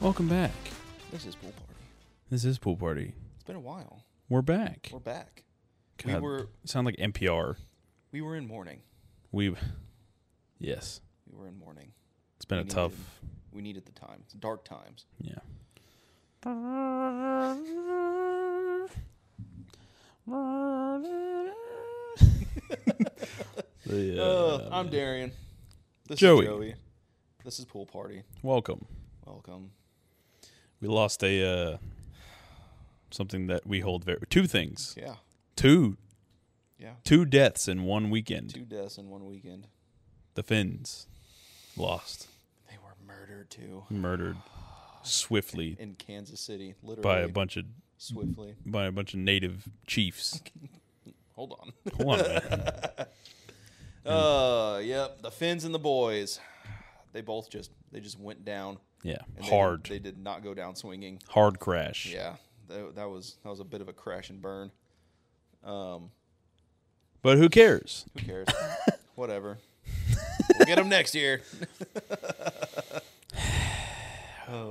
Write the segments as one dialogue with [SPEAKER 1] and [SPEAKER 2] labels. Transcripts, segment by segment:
[SPEAKER 1] Welcome back.
[SPEAKER 2] This is pool party.
[SPEAKER 1] This is Pool Party.
[SPEAKER 2] It's been a while.
[SPEAKER 1] We're back.
[SPEAKER 2] We're back.
[SPEAKER 1] God,
[SPEAKER 2] We were
[SPEAKER 1] sound like NPR.
[SPEAKER 2] we were in mourning.
[SPEAKER 1] We Yes.
[SPEAKER 2] We were in mourning.
[SPEAKER 1] It's been
[SPEAKER 2] We
[SPEAKER 1] a
[SPEAKER 2] needed-
[SPEAKER 1] tough
[SPEAKER 2] We needed the time. It's dark times.
[SPEAKER 1] yeah. The,
[SPEAKER 2] Uh,
[SPEAKER 1] uh,
[SPEAKER 2] I'm Darian. This
[SPEAKER 1] Joey.
[SPEAKER 2] is Joey. This is pool party.
[SPEAKER 1] welcome.
[SPEAKER 2] Welcome.
[SPEAKER 1] We lost a uh something that we hold very two things.
[SPEAKER 2] Yeah.
[SPEAKER 1] Two
[SPEAKER 2] Yeah.
[SPEAKER 1] two deaths in one weekend.
[SPEAKER 2] Two deaths in one weekend.
[SPEAKER 1] The Finns lost,
[SPEAKER 2] They were murdered too
[SPEAKER 1] murdered swiftly
[SPEAKER 2] in Kansas City, literally
[SPEAKER 1] by a bunch of
[SPEAKER 2] swiftly.
[SPEAKER 1] by a bunch of native chiefs.
[SPEAKER 2] Hold on.
[SPEAKER 1] Hold on, a minute.
[SPEAKER 2] Uh, yep. The Finns and the boys. They both just they just went down.
[SPEAKER 1] yeah,
[SPEAKER 2] and they did-
[SPEAKER 1] hard,
[SPEAKER 2] They did not go down swinging.
[SPEAKER 1] hard crash.
[SPEAKER 2] Yeah, that, that was that was a bit of a crash and burn. Um,
[SPEAKER 1] But who cares?
[SPEAKER 2] who cares? Whatever. We'll get them next year.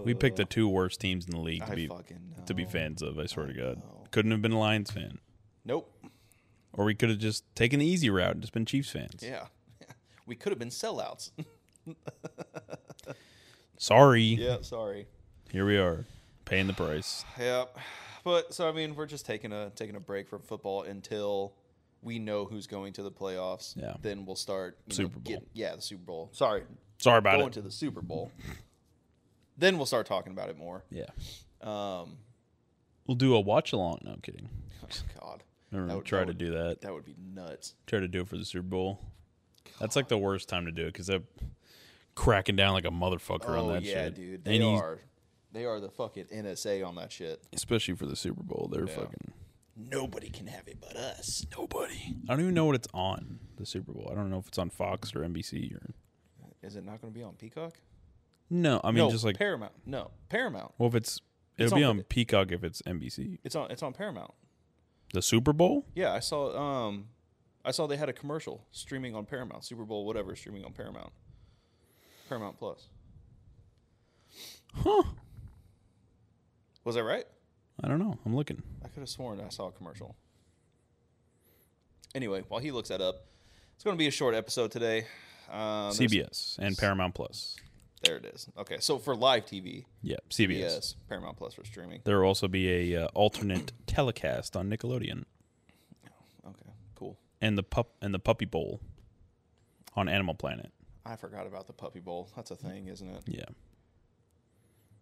[SPEAKER 1] We picked the two worst teams in the league to
[SPEAKER 2] Oh, I
[SPEAKER 1] be
[SPEAKER 2] fucking know.
[SPEAKER 1] to be fans of. I swear to God,
[SPEAKER 2] know.
[SPEAKER 1] couldn't have been a Lions fan,
[SPEAKER 2] Nope.
[SPEAKER 1] or we could have just taken the easy route and just been Chiefs fans.
[SPEAKER 2] Yeah. We could have been sellouts.
[SPEAKER 1] Sorry,
[SPEAKER 2] yeah. Sorry.
[SPEAKER 1] here we are, paying the price.
[SPEAKER 2] Yep. But so I mean, we're just taking a taking a break from football until we know who's going to the playoffs.
[SPEAKER 1] Yeah.
[SPEAKER 2] Then we'll start you know,
[SPEAKER 1] Super Bowl.
[SPEAKER 2] getting- yeah, the Super Bowl. Sorry,
[SPEAKER 1] Sorry about
[SPEAKER 2] going
[SPEAKER 1] it.
[SPEAKER 2] to the Super Bowl. then we'll start talking about it more.
[SPEAKER 1] yeah,
[SPEAKER 2] Um,
[SPEAKER 1] we'll do a watch along. No, I'm kidding.
[SPEAKER 2] oh, God.
[SPEAKER 1] Never
[SPEAKER 2] That
[SPEAKER 1] mind.
[SPEAKER 2] would-
[SPEAKER 1] try
[SPEAKER 2] that
[SPEAKER 1] to
[SPEAKER 2] would-
[SPEAKER 1] do that.
[SPEAKER 2] That would be nuts.
[SPEAKER 1] Try to do it for the Super Bowl. That's like the worst time to do it because they're cracking down like a motherfucker on
[SPEAKER 2] Oh
[SPEAKER 1] that
[SPEAKER 2] yeah,
[SPEAKER 1] shit.
[SPEAKER 2] dude.
[SPEAKER 1] And
[SPEAKER 2] They
[SPEAKER 1] you-
[SPEAKER 2] are. They are the fucking NSA on that shit.
[SPEAKER 1] especially for the Super Bowl. They're fucking
[SPEAKER 2] Nobody can have it but us.
[SPEAKER 1] nobody. I don't even know what it's on the Super Bowl. I don't know if it's on Fox or NBC or
[SPEAKER 2] Is it not going to be on Peacock?
[SPEAKER 1] no. I mean,
[SPEAKER 2] no,
[SPEAKER 1] just like
[SPEAKER 2] Paramount. No, Paramount.
[SPEAKER 1] well, if it's it'll
[SPEAKER 2] It's
[SPEAKER 1] be
[SPEAKER 2] on-
[SPEAKER 1] on Peacock if it's NBC.
[SPEAKER 2] It's on. It's on Paramount.
[SPEAKER 1] The Super Bowl.
[SPEAKER 2] Yeah, I saw. Um, I saw they had a commercial streaming on Paramount, Super Bowl, whatever, streaming on Paramount, Paramount Plus.
[SPEAKER 1] Huh.
[SPEAKER 2] Was I right?
[SPEAKER 1] I don't know. I'm looking.
[SPEAKER 2] I could have sworn I saw a commercial. Anyway, while he looks that up, it's going to be a short episode today. Um, there's-
[SPEAKER 1] CBS and Paramount Plus.
[SPEAKER 2] There it is. Okay, so for live TV,
[SPEAKER 1] Yeah, CBS.
[SPEAKER 2] yes, Paramount Plus for streaming.
[SPEAKER 1] There will also be a uh, alternate telecast on Nickelodeon
[SPEAKER 2] Okay, cool.
[SPEAKER 1] and the pup and the Puppy Bowl on Animal Planet.
[SPEAKER 2] I forgot about the Puppy Bowl. That's a thing, isn't it?
[SPEAKER 1] Yeah.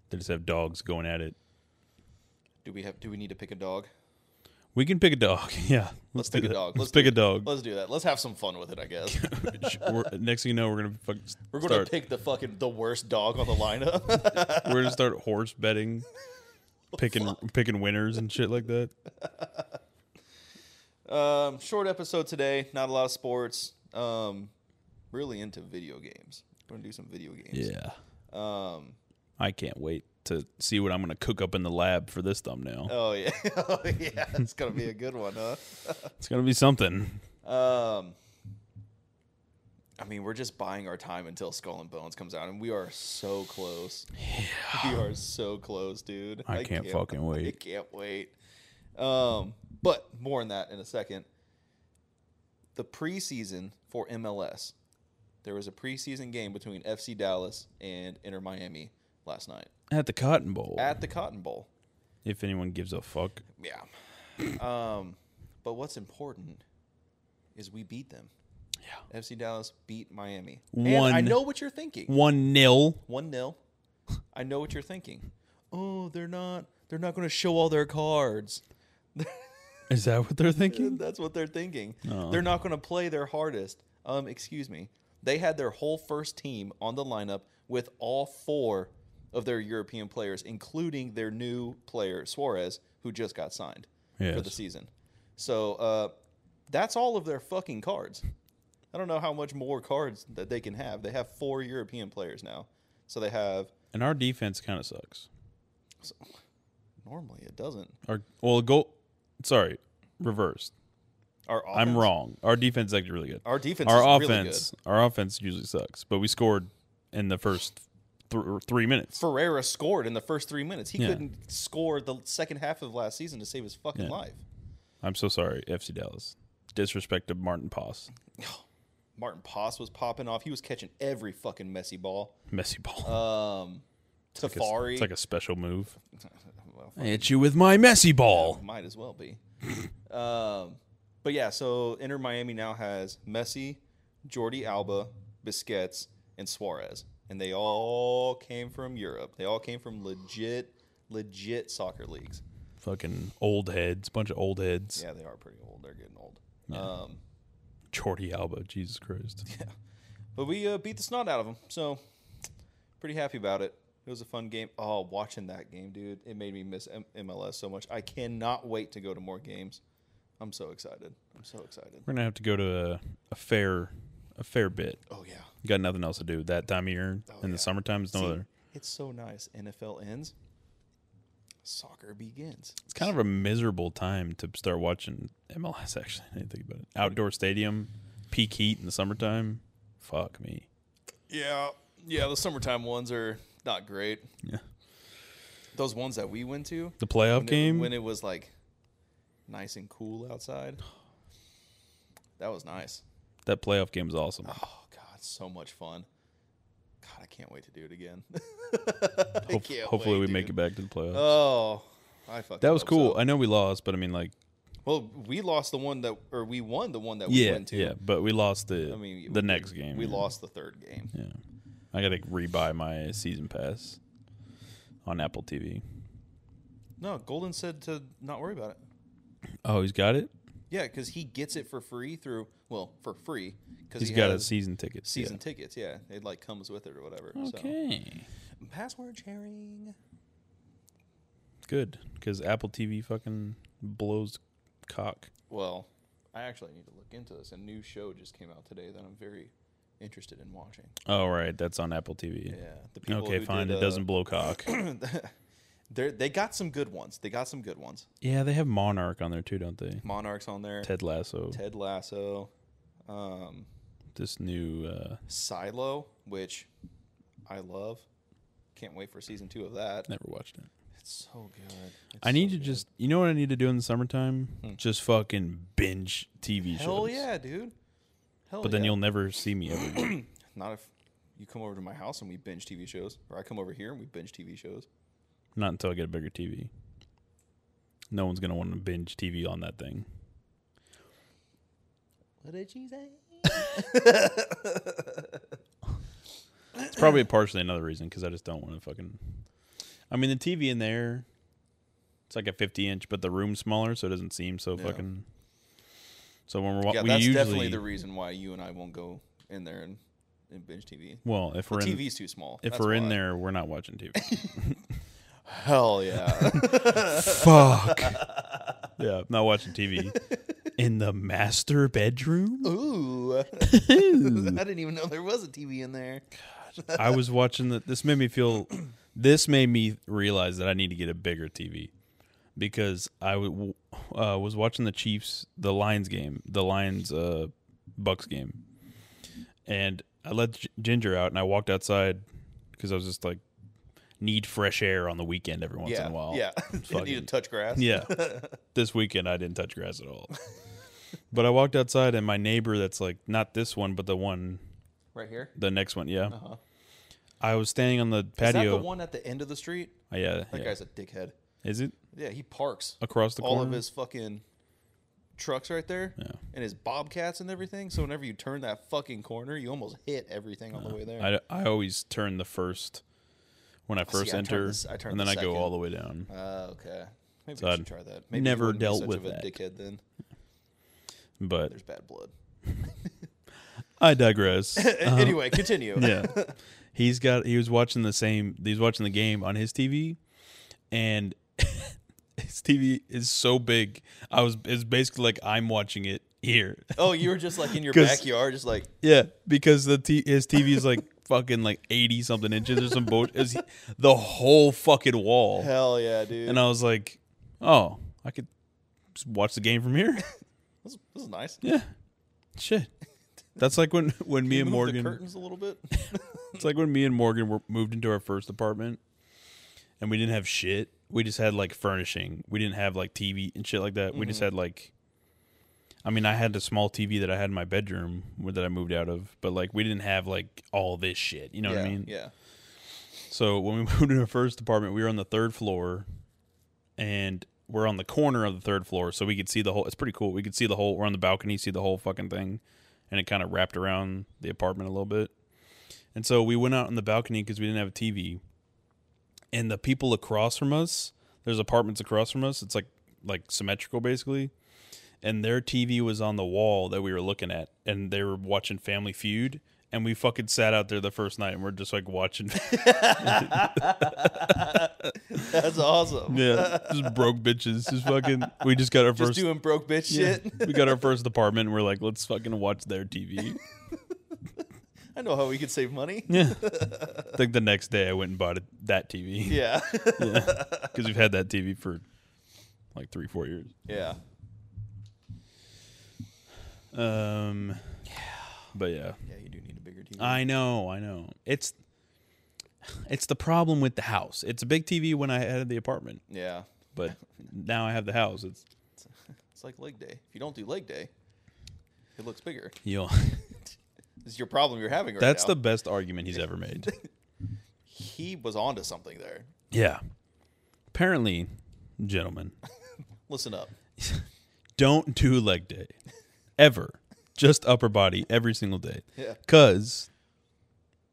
[SPEAKER 1] They just have dogs going at it.
[SPEAKER 2] Do we have? Do we need to pick a dog?
[SPEAKER 1] We can pick a dog. Yeah.
[SPEAKER 2] Let's
[SPEAKER 1] do
[SPEAKER 2] pick a
[SPEAKER 1] that.
[SPEAKER 2] dog.
[SPEAKER 1] Let's,
[SPEAKER 2] Let's
[SPEAKER 1] pick
[SPEAKER 2] do
[SPEAKER 1] a dog.
[SPEAKER 2] Let's do that. Let's have some fun with it. I guess
[SPEAKER 1] Sh- we're, next thing you know, we're gonna fuck,
[SPEAKER 2] we're going
[SPEAKER 1] start.
[SPEAKER 2] to pick the fucking the worst dog on the lineup.
[SPEAKER 1] we're gonna start horse betting, picking picking winners and shit like that.
[SPEAKER 2] um, short episode today. Not a lot of sports. Um, really into video games. We're going to do some video games.
[SPEAKER 1] Yeah,
[SPEAKER 2] Um.
[SPEAKER 1] I can't wait to see what I'm gonna cook up in the lab for this thumbnail.
[SPEAKER 2] Oh yeah. oh yeah. It's gonna be a good one, huh?
[SPEAKER 1] It's gonna be something.
[SPEAKER 2] Um, I mean, we're just buying our time until Skull and Bones comes out, and we are so close. We are so close, dude.
[SPEAKER 1] I can't fucking wait.
[SPEAKER 2] I can't wait. Um, but more on that in a second. The preseason for MLS, there was a preseason game between FC Dallas and Inter Miami last night
[SPEAKER 1] At the Cotton Bowl,
[SPEAKER 2] at the Cotton Bowl.
[SPEAKER 1] if anyone gives a fuck.
[SPEAKER 2] Yeah. um, but what's important is we beat them. Yeah. FC Dallas beat Miami. And I
[SPEAKER 1] One-
[SPEAKER 2] know what you're thinking.
[SPEAKER 1] One nil.
[SPEAKER 2] One nil. I know what you're thinking. Oh, they're not. They're not going to show all their cards.
[SPEAKER 1] Is that what they're thinking?
[SPEAKER 2] That's what they're thinking.
[SPEAKER 1] Oh.
[SPEAKER 2] They're not going to play their hardest. Um, excuse me. They had their whole first team on the lineup with all four of their European players, including their new player Suarez, who just got signed for the
[SPEAKER 1] Yes.
[SPEAKER 2] season. So uh, that's all of their fucking cards. I don't know how much more cards that they can have. They have four European players now, so they have.
[SPEAKER 1] And our defense kind of sucks.
[SPEAKER 2] Normally, it doesn't.
[SPEAKER 1] Our well, goal. Sorry, reversed.
[SPEAKER 2] Our
[SPEAKER 1] I'm
[SPEAKER 2] offense-
[SPEAKER 1] wrong. Our defense is actually really good.
[SPEAKER 2] Our defense.
[SPEAKER 1] our
[SPEAKER 2] is really good.
[SPEAKER 1] offense our offense usually sucks but we scored in the first th- three minutes.
[SPEAKER 2] Ferreira scored in the first three minutes. He
[SPEAKER 1] Yeah.
[SPEAKER 2] couldn't score the second half of last season to save his fucking
[SPEAKER 1] Yeah.
[SPEAKER 2] life.
[SPEAKER 1] I'm so sorry, FC Dallas. Disrespect to Martin Pos.
[SPEAKER 2] Martin Pos was popping off. He was catching every fucking messy ball.
[SPEAKER 1] Messy ball.
[SPEAKER 2] Um,
[SPEAKER 1] It's-
[SPEAKER 2] Tafari.
[SPEAKER 1] It's like a special move.
[SPEAKER 2] Well,
[SPEAKER 1] I hit you with my messy
[SPEAKER 2] It
[SPEAKER 1] ball.
[SPEAKER 2] Might as well be. um, but yeah, so Inter Miami now has Messi, Jordi Alba, Busquets, and Suarez, and they all came from Europe. They all came from legit, legit soccer leagues.
[SPEAKER 1] Fucking old heads, bunch of old heads.
[SPEAKER 2] Yeah, they are pretty old. They're getting old. Um,
[SPEAKER 1] Jordy Alba, Jesus Christ.
[SPEAKER 2] but we uh, beat the snot out of them, so pretty happy about it. It was a fun game. Oh, watching that game, dude, it made me miss M- MLS so much. I cannot wait to go to more games. I'm so excited. I'm so excited.
[SPEAKER 1] We're gonna have to go to a, a fair, a fair bit.
[SPEAKER 2] Oh yeah.
[SPEAKER 1] You got nothing else to do that time of year
[SPEAKER 2] Oh,
[SPEAKER 1] in
[SPEAKER 2] yeah.
[SPEAKER 1] the summertime. It's no
[SPEAKER 2] See,
[SPEAKER 1] other.
[SPEAKER 2] It's so nice. NFL ends, soccer begins.
[SPEAKER 1] It's kind of a miserable time to start watching MLS. Actually, I didn't think about it. Outdoor stadium, peak heat in the summertime. Fuck me.
[SPEAKER 2] Yeah, yeah. The summertime ones are not great.
[SPEAKER 1] Yeah.
[SPEAKER 2] Those ones that we went to
[SPEAKER 1] The playoff
[SPEAKER 2] when it-
[SPEAKER 1] game.
[SPEAKER 2] when it was like nice and cool outside. That was nice.
[SPEAKER 1] that playoff game was awesome.
[SPEAKER 2] Oh God, so much fun. God, I can't wait to do it again. I
[SPEAKER 1] Hope-
[SPEAKER 2] can't
[SPEAKER 1] hopefully,
[SPEAKER 2] wait,
[SPEAKER 1] we make
[SPEAKER 2] dude.
[SPEAKER 1] it back to the playoffs.
[SPEAKER 2] Oh, I fucking
[SPEAKER 1] that was
[SPEAKER 2] hope
[SPEAKER 1] cool.
[SPEAKER 2] so.
[SPEAKER 1] I know we lost, but I mean, like,
[SPEAKER 2] Well, we lost the one that, or we won the one that we
[SPEAKER 1] yeah,
[SPEAKER 2] went to.
[SPEAKER 1] yeah. But we lost the
[SPEAKER 2] I mean,
[SPEAKER 1] the
[SPEAKER 2] we-
[SPEAKER 1] next game.
[SPEAKER 2] We
[SPEAKER 1] yeah.
[SPEAKER 2] lost the third game.
[SPEAKER 1] Yeah, I gotta rebuy my season pass on Apple TV.
[SPEAKER 2] No, Golden said to not worry about it.
[SPEAKER 1] Oh, he's got it.
[SPEAKER 2] Yeah, because he gets it for free through well for free because
[SPEAKER 1] He's
[SPEAKER 2] he
[SPEAKER 1] got a
[SPEAKER 2] has
[SPEAKER 1] season ticket.
[SPEAKER 2] season tickets. Yeah, it like comes with it or whatever.
[SPEAKER 1] Okay.
[SPEAKER 2] So password sharing.
[SPEAKER 1] Good, because Apple TV fucking blows cock.
[SPEAKER 2] Well, I actually need to look into this. A new show just came out today that I'm very interested in watching.
[SPEAKER 1] Oh right, that's on Apple
[SPEAKER 2] Yeah,
[SPEAKER 1] TV.
[SPEAKER 2] the people
[SPEAKER 1] okay,
[SPEAKER 2] who
[SPEAKER 1] fine.
[SPEAKER 2] did,
[SPEAKER 1] it
[SPEAKER 2] uh,
[SPEAKER 1] doesn't blow cock.
[SPEAKER 2] They they got some good ones. They got some good ones.
[SPEAKER 1] yeah, they have Monarch on there too, don't they?
[SPEAKER 2] Monarchs on there.
[SPEAKER 1] Ted Lasso.
[SPEAKER 2] Ted Lasso. Um,
[SPEAKER 1] This new. uh
[SPEAKER 2] Silo, which I love. Can't wait for season two of that.
[SPEAKER 1] Never watched it.
[SPEAKER 2] It's so good. It's
[SPEAKER 1] I need
[SPEAKER 2] so
[SPEAKER 1] to
[SPEAKER 2] good. Hmm.
[SPEAKER 1] just. You know what I need to do in the summertime? Just fucking binge TV
[SPEAKER 2] hell
[SPEAKER 1] shows.
[SPEAKER 2] yeah, dude. Hell
[SPEAKER 1] But then
[SPEAKER 2] yeah.
[SPEAKER 1] you'll never see me ever. again.
[SPEAKER 2] not if you come over to my house and we binge TV shows, or I come over here and we binge TV shows.
[SPEAKER 1] Not until I get a bigger TV. No one's gonna want to binge TV on that thing.
[SPEAKER 2] What did she say?
[SPEAKER 1] It's probably partially another reason because I just don't want to fucking. I mean, the TV in there, it's like a 50 inch, but the room's smaller, so it doesn't seem so
[SPEAKER 2] Yeah.
[SPEAKER 1] fucking. So when we're wa-
[SPEAKER 2] yeah,
[SPEAKER 1] we
[SPEAKER 2] that's
[SPEAKER 1] usually
[SPEAKER 2] definitely the reason why you and I won't go in there and, and binge TV.
[SPEAKER 1] well if we're
[SPEAKER 2] the
[SPEAKER 1] in
[SPEAKER 2] TV's too small.
[SPEAKER 1] if
[SPEAKER 2] that's
[SPEAKER 1] we're in
[SPEAKER 2] why.
[SPEAKER 1] there we're not watching TV.
[SPEAKER 2] hell yeah.
[SPEAKER 1] Fuck. yeah, not watching TV in the master bedroom.
[SPEAKER 2] Ooh, I didn't even know there was a TV in there.
[SPEAKER 1] I was watching that. This made me feel. This made me realize that I need to get a bigger TV because I w- uh, was watching the Chiefs, the Lions game, the Lions uh, Bucks game, and I let G- Ginger out and I walked outside because I was just like need fresh air on the weekend every once
[SPEAKER 2] yeah,
[SPEAKER 1] in a while.
[SPEAKER 2] yeah. you need to
[SPEAKER 1] Fucking-
[SPEAKER 2] touch grass.
[SPEAKER 1] Yeah. this weekend I didn't touch grass at all. but I walked outside and my neighbor that's like not this one but the one
[SPEAKER 2] right here.
[SPEAKER 1] the next one, yeah.
[SPEAKER 2] Uh-huh.
[SPEAKER 1] I was standing on the patio.
[SPEAKER 2] Is that the one at the end of the street?
[SPEAKER 1] Oh, yeah,
[SPEAKER 2] That
[SPEAKER 1] yeah.
[SPEAKER 2] guy's a dickhead.
[SPEAKER 1] Is it
[SPEAKER 2] Yeah, he parks
[SPEAKER 1] across the
[SPEAKER 2] all
[SPEAKER 1] corner?
[SPEAKER 2] of his fucking trucks right there
[SPEAKER 1] Yeah.
[SPEAKER 2] and his bobcats and everything. So whenever you turn that fucking corner, you almost hit everything on the way there.
[SPEAKER 1] Uh, I, I always turn the first when I first
[SPEAKER 2] I turn
[SPEAKER 1] enter,
[SPEAKER 2] this- I turn
[SPEAKER 1] and then
[SPEAKER 2] the
[SPEAKER 1] I go
[SPEAKER 2] second.
[SPEAKER 1] all the way down.
[SPEAKER 2] Ah, okay. Maybe
[SPEAKER 1] So
[SPEAKER 2] I
[SPEAKER 1] I'd
[SPEAKER 2] should try that. Maybe you
[SPEAKER 1] never
[SPEAKER 2] wouldn't be
[SPEAKER 1] dealt
[SPEAKER 2] such
[SPEAKER 1] with
[SPEAKER 2] of a
[SPEAKER 1] that.
[SPEAKER 2] dickhead then.
[SPEAKER 1] But
[SPEAKER 2] There's bad blood.
[SPEAKER 1] I digress.
[SPEAKER 2] anyway, continue.
[SPEAKER 1] Uh-huh. yeah, he's got. He was watching the same. He's watching the game on his TV, and his TV is so big. I was. It's basically like I'm watching it here.
[SPEAKER 2] Oh, you were just like in your
[SPEAKER 1] 'Cause-
[SPEAKER 2] backyard, just like
[SPEAKER 1] Yeah, because the t- his TV is like fucking like eighty something inches or some bullshit. It's The whole fucking wall.
[SPEAKER 2] hell yeah, dude.
[SPEAKER 1] And I was like, oh, I could just watch the game from here.
[SPEAKER 2] This, this is nice.
[SPEAKER 1] yeah. Shit. That's like when when me and
[SPEAKER 2] Move the
[SPEAKER 1] Morgan
[SPEAKER 2] curtains a little bit.
[SPEAKER 1] It's like when me and Morgan were moved into our first apartment and we didn't have shit. We just had like furnishing. We didn't have like TV and shit like that. We just had like I mean, I had the small TV that I had in my bedroom that I moved out of, but like we didn't have like all this shit. You know
[SPEAKER 2] yeah,
[SPEAKER 1] what I mean?
[SPEAKER 2] yeah.
[SPEAKER 1] So when we moved into our first apartment, we were on the third floor, and we're on the corner of the third floor, so we could see the whole. It's pretty cool. We could see the whole. We're on the balcony, see the whole fucking thing, and it kind of wrapped around the apartment a little bit. And so we went out on the balcony because we didn't have a TV, and the people across from us, there's apartments across from us. It's like like symmetrical basically. And their TV was on the wall that we were looking at, and they were watching Family Feud. And we fucking sat out there the first night, and we're just like watching
[SPEAKER 2] That's awesome.
[SPEAKER 1] Yeah, just broke bitches. Just fucking. We just got our
[SPEAKER 2] Just
[SPEAKER 1] first.
[SPEAKER 2] doing broke bitch
[SPEAKER 1] yeah,
[SPEAKER 2] shit.
[SPEAKER 1] we got our first apartment. And we're like, let's fucking watch their TV.
[SPEAKER 2] I know how we could save money.
[SPEAKER 1] Yeah. I think the next day I went and bought it, that TV
[SPEAKER 2] Yeah.
[SPEAKER 1] because we've had that TV for like three, four years.
[SPEAKER 2] yeah.
[SPEAKER 1] Um. But yeah,
[SPEAKER 2] Yeah, you do need a bigger TV.
[SPEAKER 1] I know, I know. It's it's the problem with the house. It's a big TV when I had the apartment,
[SPEAKER 2] yeah.
[SPEAKER 1] but now I have the house. It's
[SPEAKER 2] It's like leg day. If you don't do leg day, it looks bigger.
[SPEAKER 1] you know,
[SPEAKER 2] This is your problem you're having right
[SPEAKER 1] that's
[SPEAKER 2] now.
[SPEAKER 1] the best argument he's ever made.
[SPEAKER 2] he was onto something there.
[SPEAKER 1] Yeah. Apparently, gentlemen,
[SPEAKER 2] Listen up.
[SPEAKER 1] don't do leg day ever. Just upper body every single day.
[SPEAKER 2] Yeah.
[SPEAKER 1] Cause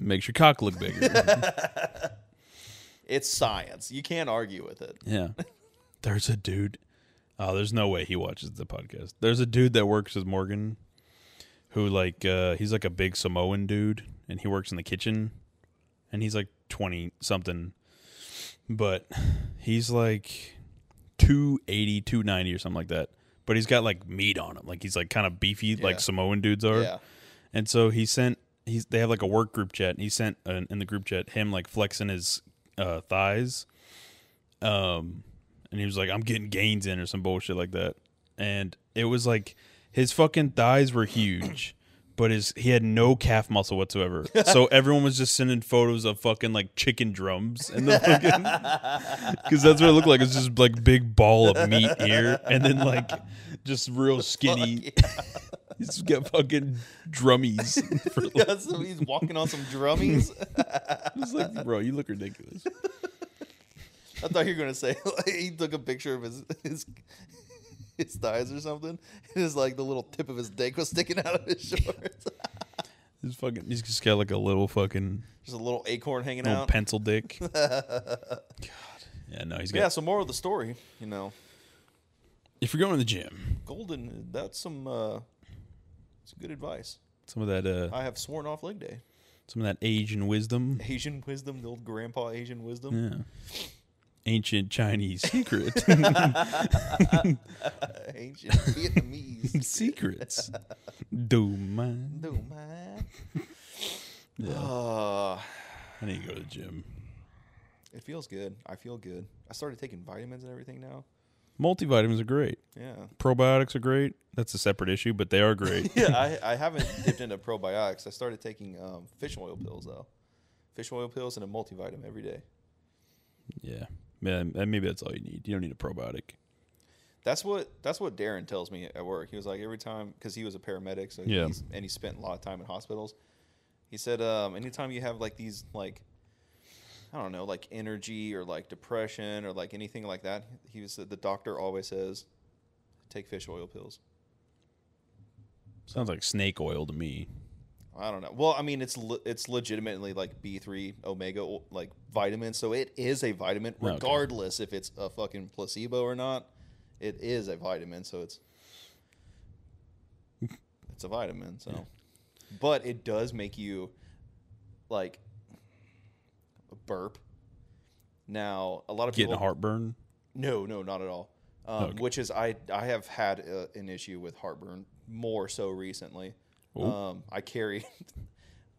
[SPEAKER 1] makes your cock look bigger.
[SPEAKER 2] It's science. You can't argue with it.
[SPEAKER 1] yeah. There's a dude. Oh, there's no way he watches the podcast. There's a dude that works with Morgan who like uh he's like a big Samoan dude and he works in the kitchen and he's like 20 something but he's like 280 290 or something like that but he's got like meat on him like he's like kind of beefy
[SPEAKER 2] Yeah.
[SPEAKER 1] like Samoan dudes are
[SPEAKER 2] Yeah.
[SPEAKER 1] And so he sent he's they have like a work group chat and he sent uh, in the group chat him like flexing his uh, thighs. Um and he was like I'm getting gains in or some bullshit like that. And it was like his fucking thighs were huge. But his he had no calf muscle whatsoever, so everyone was just sending photos of fucking like chicken drums and the fucking because that's what it looked like. It's just like big ball of meat here, and then like just real skinny. He's got fucking drummies. For,
[SPEAKER 2] Yeah, so he's walking on some drummies.
[SPEAKER 1] it's like, bro, you look ridiculous.
[SPEAKER 2] I thought you were gonna say like, he took a picture of his his his thighs or something. It was like the little tip of his dick was sticking out of his shorts.
[SPEAKER 1] He's fucking. He's just got like a little fucking
[SPEAKER 2] Just a little acorn hanging
[SPEAKER 1] little
[SPEAKER 2] out.
[SPEAKER 1] pencil dick. God. Yeah, no, he's got.
[SPEAKER 2] Yeah. So more of the story, you know,
[SPEAKER 1] If you're going to the gym,
[SPEAKER 2] Golden. That's some uh, some good advice.
[SPEAKER 1] some of that, uh,
[SPEAKER 2] I have sworn off leg day.
[SPEAKER 1] some of that age and wisdom.
[SPEAKER 2] Asian wisdom, the old grandpa Asian wisdom.
[SPEAKER 1] Yeah. Ancient Chinese secret.
[SPEAKER 2] Ancient Vietnamese.
[SPEAKER 1] Secrets. Do man.
[SPEAKER 2] No man.
[SPEAKER 1] Yeah.
[SPEAKER 2] Uh,
[SPEAKER 1] I need to go to the gym.
[SPEAKER 2] it feels good. I feel good. I started taking vitamins and everything now.
[SPEAKER 1] Multivitamins are great.
[SPEAKER 2] Yeah.
[SPEAKER 1] Probiotics are great. That's a separate issue, but they are great.
[SPEAKER 2] yeah, I, I haven't dipped into probiotics. I started taking um, fish oil pills though, fish oil pills and a multivitamin every day.
[SPEAKER 1] yeah. Man, and maybe that's all you need. You don't need a probiotic.
[SPEAKER 2] That's what that's what Darren tells me at work. He was like every time because he was a paramedic, so
[SPEAKER 1] Yeah.
[SPEAKER 2] he's, and he spent a lot of time in hospitals. He said, um, anytime you have like these like, I don't know, like energy or like depression or like anything like that, he was the doctor always says, take fish oil pills.
[SPEAKER 1] Sounds like snake oil to me.
[SPEAKER 2] I don't know. Well, I mean, it's le- it's legitimately like B three omega o- like vitamin, so it is a vitamin
[SPEAKER 1] okay.
[SPEAKER 2] regardless if it's a fucking placebo or not. It is a vitamin, so it's it's a vitamin. So, but it does make you like burp. Now, a lot of
[SPEAKER 1] Getting
[SPEAKER 2] people
[SPEAKER 1] a heartburn.
[SPEAKER 2] no, no, not at all. Um,
[SPEAKER 1] Okay.
[SPEAKER 2] Which is I I have had uh, an issue with heartburn more so recently.
[SPEAKER 1] Ooh.
[SPEAKER 2] Um, I carry. I'm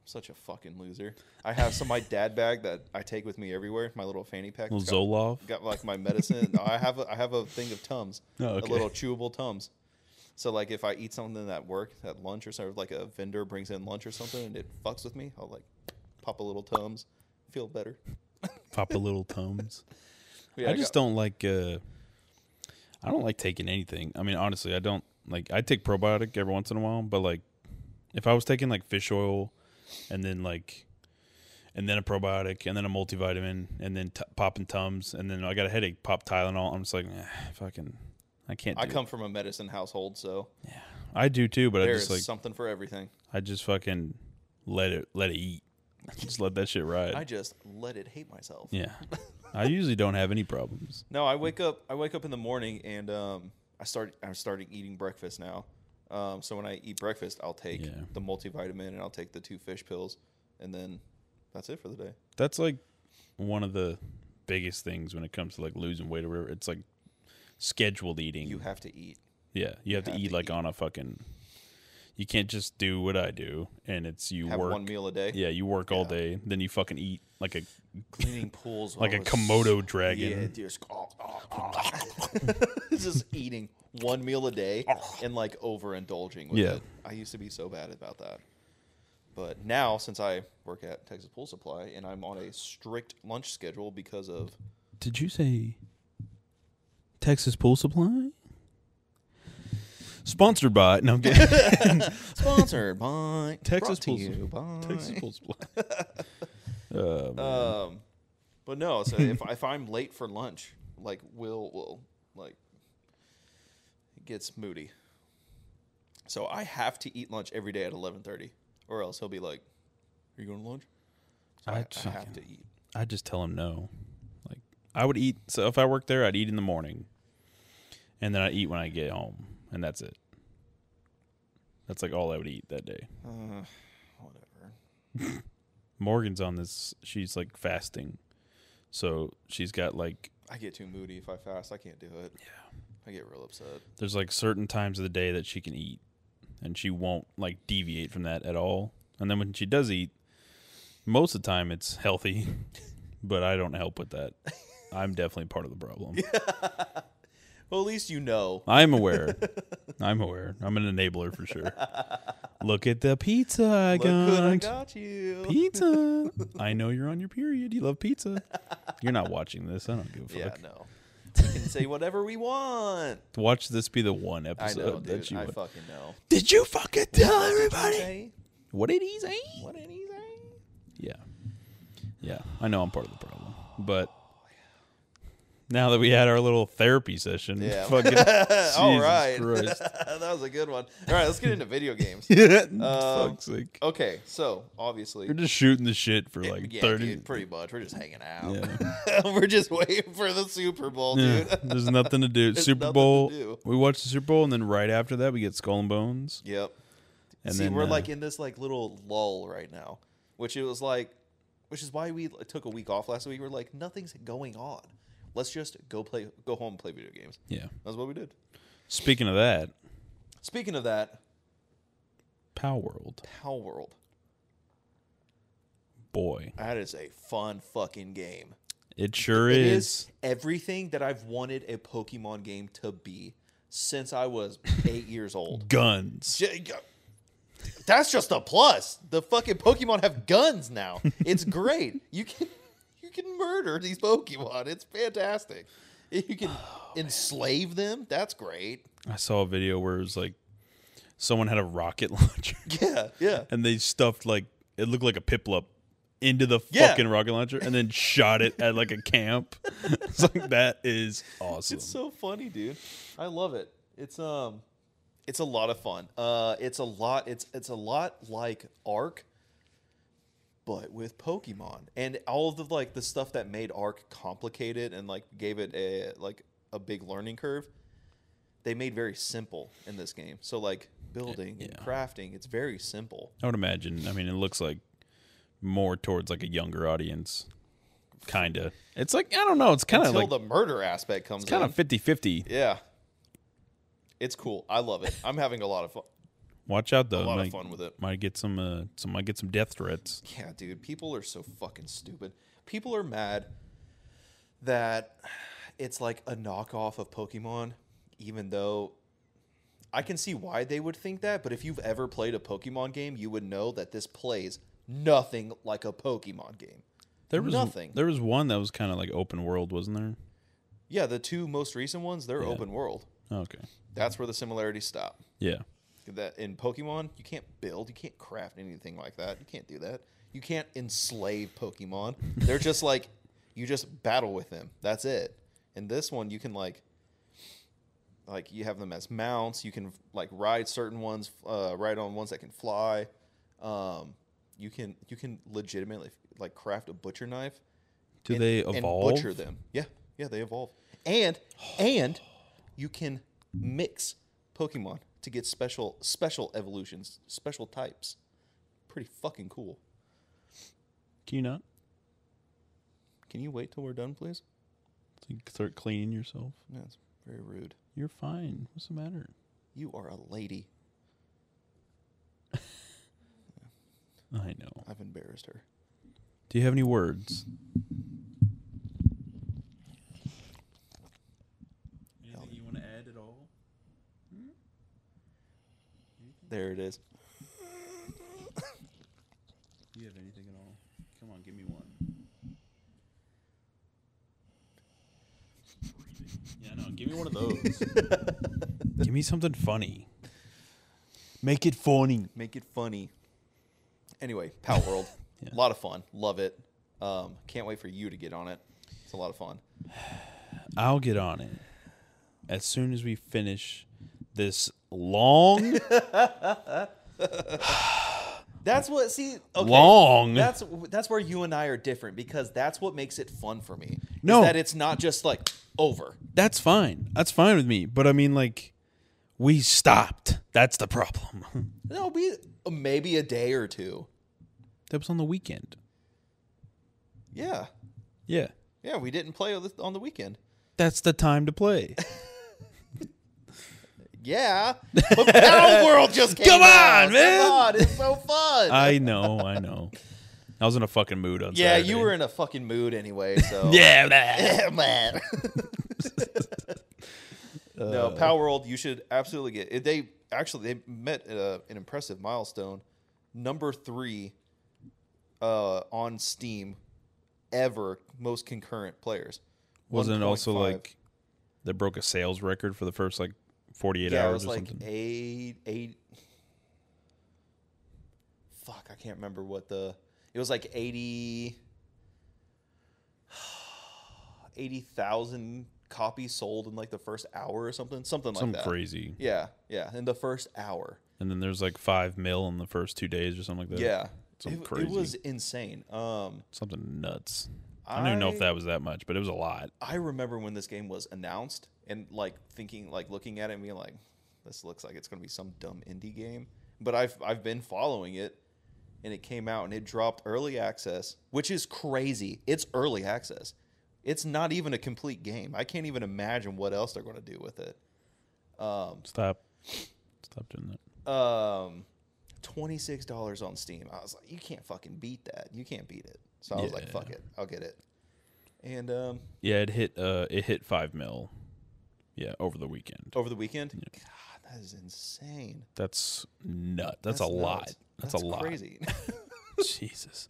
[SPEAKER 2] such a fucking loser. I have some my dad bag that I take with me everywhere. My little fanny pack. It's
[SPEAKER 1] Little Zoloft.
[SPEAKER 2] got, got like my medicine. no, I have a, I have a thing of tums.
[SPEAKER 1] Oh,
[SPEAKER 2] A
[SPEAKER 1] okay.
[SPEAKER 2] little chewable tums. So like if I eat something at work at lunch or something, like a vendor brings in lunch or something and it fucks with me, I'll like pop a little tums, feel better.
[SPEAKER 1] Pop a little tums.
[SPEAKER 2] Yeah,
[SPEAKER 1] I just don't like. Uh, I don't like taking anything. I mean, honestly, I don't like. I take probiotic every once in a while, but like, if I was taking like fish oil, and then like, and then a probiotic, and then a multivitamin, and then t- popping tums, and then I got a headache, pop Tylenol. I'm just like, eh, fucking, I can't. Do
[SPEAKER 2] I
[SPEAKER 1] it."
[SPEAKER 2] come from a medicine household, so
[SPEAKER 1] I do too, but I
[SPEAKER 2] there's
[SPEAKER 1] just like,
[SPEAKER 2] something for everything.
[SPEAKER 1] I just fucking let it, let it eat. just let that shit ride.
[SPEAKER 2] I just let it hate myself.
[SPEAKER 1] yeah, I usually don't have any problems.
[SPEAKER 2] No, I wake up. I wake up in the morning and um, I start. I'm starting eating breakfast now. Um, so when I eat breakfast, I'll take
[SPEAKER 1] Yeah.
[SPEAKER 2] the multivitamin and I'll take the two fish pills, and then that's it for the day.
[SPEAKER 1] That's like one of the biggest things when it comes to like losing weight or whatever. It's like scheduled eating.
[SPEAKER 2] You have to eat.
[SPEAKER 1] yeah, you have, to
[SPEAKER 2] have
[SPEAKER 1] eat
[SPEAKER 2] to
[SPEAKER 1] like
[SPEAKER 2] eat.
[SPEAKER 1] on a fucking. You can't just do what I do, and it's you
[SPEAKER 2] Have
[SPEAKER 1] work.
[SPEAKER 2] one meal a day.
[SPEAKER 1] yeah, you work all
[SPEAKER 2] Yeah.
[SPEAKER 1] day, then you fucking eat like a
[SPEAKER 2] Cleaning pools
[SPEAKER 1] like a
[SPEAKER 2] was-
[SPEAKER 1] komodo dragon.
[SPEAKER 2] Yeah, just oh, oh, oh. just eating one meal a day and like overindulging with
[SPEAKER 1] Yeah.
[SPEAKER 2] it. I used to be so bad about that. But now since I work at Texas Pool Supply and I'm on a strict lunch schedule because of
[SPEAKER 1] Did you say Texas Pool Supply? Sponsored by no, I'm kidding.
[SPEAKER 2] sponsored by
[SPEAKER 1] Texas
[SPEAKER 2] brought to
[SPEAKER 1] Pool
[SPEAKER 2] you by
[SPEAKER 1] Texas Pool Supply. Uh,
[SPEAKER 2] Um, but no. So if if I'm late for lunch, like Will will like it gets moody. So I have to eat lunch every day at eleven thirty, or else he'll be like, "Are you going to lunch?" So
[SPEAKER 1] I
[SPEAKER 2] I, I
[SPEAKER 1] fucking-
[SPEAKER 2] have to eat.
[SPEAKER 1] I just tell him no. Like I would eat. So if I worked there, I'd eat in the morning, and then I eat when I get home, and that's it. That's like all I would eat that day.
[SPEAKER 2] Uh, whatever.
[SPEAKER 1] Morgan's on this. She's like fasting, so she's got like
[SPEAKER 2] I get too moody if I fast. I can't do it. Yeah, I get real upset.
[SPEAKER 1] there's like certain times of the day that she can eat, and she won't like deviate from that at all. And then when she does eat, most of the time it's healthy, but I don't help with that. I'm definitely part of the problem.
[SPEAKER 2] Well, at least you know.
[SPEAKER 1] I'm aware. I'm aware. I'm an enabler for sure. Look at the pizza I
[SPEAKER 2] Look
[SPEAKER 1] got.
[SPEAKER 2] what I got you.
[SPEAKER 1] Pizza. I know you're on your period. You love pizza. You're not watching this. I don't give a
[SPEAKER 2] Yeah,
[SPEAKER 1] fuck.
[SPEAKER 2] no. We can say whatever we want.
[SPEAKER 1] Watch this be the one
[SPEAKER 2] I
[SPEAKER 1] episode
[SPEAKER 2] know,
[SPEAKER 1] that
[SPEAKER 2] dude.
[SPEAKER 1] you.
[SPEAKER 2] I
[SPEAKER 1] would-
[SPEAKER 2] fucking know.
[SPEAKER 1] Did you fucking tell everybody
[SPEAKER 2] Hey,
[SPEAKER 1] what eh? did he say?
[SPEAKER 2] what did he say?
[SPEAKER 1] Yeah, yeah. I know I'm part of the problem, but now that we had our little therapy session,
[SPEAKER 2] Yeah.
[SPEAKER 1] fucking,
[SPEAKER 2] All
[SPEAKER 1] Jesus
[SPEAKER 2] right.
[SPEAKER 1] Christ.
[SPEAKER 2] that was a good one. All right, let's get into video games. Um,
[SPEAKER 1] fuck's sake.
[SPEAKER 2] Okay, so obviously,
[SPEAKER 1] We're just shooting the shit for like
[SPEAKER 2] yeah,
[SPEAKER 1] 30
[SPEAKER 2] dude, pretty much. We're just hanging out. We're just waiting for the Super Bowl,
[SPEAKER 1] Yeah,
[SPEAKER 2] dude.
[SPEAKER 1] there's nothing to do.
[SPEAKER 2] There's
[SPEAKER 1] Super
[SPEAKER 2] nothing to
[SPEAKER 1] Bowl.
[SPEAKER 2] do.
[SPEAKER 1] We watch the Super Bowl, and then right after that, we get Skull and Bones.
[SPEAKER 2] yep.
[SPEAKER 1] And
[SPEAKER 2] See,
[SPEAKER 1] then
[SPEAKER 2] we're
[SPEAKER 1] uh,
[SPEAKER 2] like in this like little lull right now, which it was like, which is why we took a week off last week. We're like, nothing's going on. Let's just go play, go home, and play video games.
[SPEAKER 1] yeah.
[SPEAKER 2] That's what we did.
[SPEAKER 1] Speaking of that,
[SPEAKER 2] Speaking of that,
[SPEAKER 1] Pow World,
[SPEAKER 2] Pal World,
[SPEAKER 1] boy,
[SPEAKER 2] that is a fun fucking game.
[SPEAKER 1] it sure
[SPEAKER 2] It
[SPEAKER 1] is.
[SPEAKER 2] is everything that I've wanted a Pokemon game to be since I was eight years old.
[SPEAKER 1] Guns.
[SPEAKER 2] J- g- That's just a plus. The fucking Pokemon have guns now. It's great. You can you can murder these Pokemon. It's fantastic. You can enslave them. That's great.
[SPEAKER 1] I saw a video where it was like someone had a rocket launcher,
[SPEAKER 2] Yeah, yeah.
[SPEAKER 1] and they stuffed like it looked like a Piplup into the
[SPEAKER 2] Yeah.
[SPEAKER 1] fucking rocket launcher, and then shot it at like a camp. it's like that is awesome.
[SPEAKER 2] It's so funny, dude. I love it. It's um it's a lot of fun. Uh it's a lot it's it's a lot like Ark but with Pokemon and all of the like the stuff that made Ark complicated and like gave it a like a big learning curve. They made very simple in this game. So like building and
[SPEAKER 1] Yeah.
[SPEAKER 2] crafting, it's very simple.
[SPEAKER 1] I would imagine. I mean, it looks like more towards like a younger audience, kind of. It's like I don't know. It's kind of
[SPEAKER 2] Until
[SPEAKER 1] like
[SPEAKER 2] the murder aspect comes
[SPEAKER 1] kind
[SPEAKER 2] in.
[SPEAKER 1] of 50-50.
[SPEAKER 2] yeah. It's cool. I love it. I'm having a lot of fun.
[SPEAKER 1] Watch out
[SPEAKER 2] A
[SPEAKER 1] though.
[SPEAKER 2] lot
[SPEAKER 1] might,
[SPEAKER 2] of fun with it.
[SPEAKER 1] Might get some. Uh, some might get some death threats.
[SPEAKER 2] Yeah, dude, people are so fucking stupid. People are mad that it's like a knockoff of Pokemon, even though I can see why they would think that. But if you've ever played a Pokemon game, you would know that this plays nothing like a Pokemon game.
[SPEAKER 1] There was
[SPEAKER 2] Nothing.
[SPEAKER 1] There was one that was kind of like open world, wasn't there?
[SPEAKER 2] Yeah, the two most recent ones, they're open world.
[SPEAKER 1] Okay.
[SPEAKER 2] That's where the similarities stop.
[SPEAKER 1] Yeah.
[SPEAKER 2] That in Pokemon, you can't build, you can't craft anything like that. You can't do that. You can't enslave Pokemon. They're just like you just battle with them. That's it. In this one, you can like like you have them as mounts. You can like ride certain ones, uh, ride on ones that can fly. Um, you can you can legitimately like craft a butcher knife
[SPEAKER 1] Do
[SPEAKER 2] and-
[SPEAKER 1] they
[SPEAKER 2] and
[SPEAKER 1] evolve?
[SPEAKER 2] butcher them. Yeah, yeah, they evolve. And and you can mix Pokemon to get special special evolutions, special types. Pretty fucking cool.
[SPEAKER 1] Can you not?
[SPEAKER 2] Can you wait till we're done, please?
[SPEAKER 1] So you can start cleaning yourself.
[SPEAKER 2] That's very rude.
[SPEAKER 1] You're fine. What's the matter?
[SPEAKER 2] You are a lady.
[SPEAKER 1] I know.
[SPEAKER 2] I've embarrassed her.
[SPEAKER 1] Do you have any words? Anything you want to add at all?
[SPEAKER 2] There it is.
[SPEAKER 1] Do you have anything at all? Come on, give me one. Yeah, no, give me one of those. give me something funny. Make it funny.
[SPEAKER 2] Make it funny. Anyway, Power World.
[SPEAKER 1] Yeah.
[SPEAKER 2] A lot of fun. Love it. Um, can't wait for you to get on it. It's a lot of fun.
[SPEAKER 1] I'll get on it as soon as we finish this long,
[SPEAKER 2] That's what see okay,
[SPEAKER 1] long.
[SPEAKER 2] That's that's where you and I are different because that's what makes it fun for me. is
[SPEAKER 1] No.
[SPEAKER 2] that it's not just like over.
[SPEAKER 1] That's fine. That's fine with me. But I mean, like, we stopped. That's the problem.
[SPEAKER 2] It'll be uh, maybe a day or two.
[SPEAKER 1] that was on the weekend.
[SPEAKER 2] Yeah,
[SPEAKER 1] Yeah.
[SPEAKER 2] yeah. We didn't play on the- on the weekend.
[SPEAKER 1] That's the time to play.
[SPEAKER 2] Yeah, but Battle World just came
[SPEAKER 1] Come on,
[SPEAKER 2] out.
[SPEAKER 1] man.
[SPEAKER 2] Come on, it's so fun.
[SPEAKER 1] I know. I know. I was in a fucking mood on
[SPEAKER 2] yeah,
[SPEAKER 1] Saturday.
[SPEAKER 2] you were in a fucking mood anyway. So
[SPEAKER 1] Yeah. blah.
[SPEAKER 2] man.
[SPEAKER 1] Uh.
[SPEAKER 2] no, Power World, you should absolutely get it. They actually they met uh, an impressive milestone, number three uh, on Steam ever most concurrent players.
[SPEAKER 1] Wasn't it also
[SPEAKER 2] 1.5.
[SPEAKER 1] like they broke a sales record for the first like 48
[SPEAKER 2] yeah, it
[SPEAKER 1] hours
[SPEAKER 2] was
[SPEAKER 1] or
[SPEAKER 2] like
[SPEAKER 1] something?
[SPEAKER 2] eight eight. Fuck, I can't remember what the it was like 80 80,000 copies sold in like the first hour or something, something like
[SPEAKER 1] Something
[SPEAKER 2] that.
[SPEAKER 1] crazy.
[SPEAKER 2] Yeah, yeah, in the first hour.
[SPEAKER 1] And then there's like five mil in the first two days or something like that.
[SPEAKER 2] Yeah.
[SPEAKER 1] Something
[SPEAKER 2] it,
[SPEAKER 1] crazy.
[SPEAKER 2] it was insane. Um
[SPEAKER 1] Something nuts. I, don't even know
[SPEAKER 2] I-
[SPEAKER 1] if that was that much, but it was a lot.
[SPEAKER 2] I remember when this game was announced and like thinking, like looking at it and being like, this looks like it's going to be some dumb indie game. But I've I've been following it, and it came out and it dropped early access, which is crazy. It's early access. It's not even a complete game. I can't even imagine what else they're going to do with it. Um,
[SPEAKER 1] Stop. Stop doing that.
[SPEAKER 2] um, twenty six dollars on Steam. I was like, you can't fucking beat that. You can't beat it. So I was like,
[SPEAKER 1] Yeah.
[SPEAKER 2] fuck it, I'll get it. And um,
[SPEAKER 1] Yeah, it hit uh it hit five mil. Yeah, over the weekend.
[SPEAKER 2] over the weekend, God, that is insane.
[SPEAKER 1] That's nut. That's, a
[SPEAKER 2] nuts.
[SPEAKER 1] lot. That's, a lot.
[SPEAKER 2] Crazy.
[SPEAKER 1] Jesus.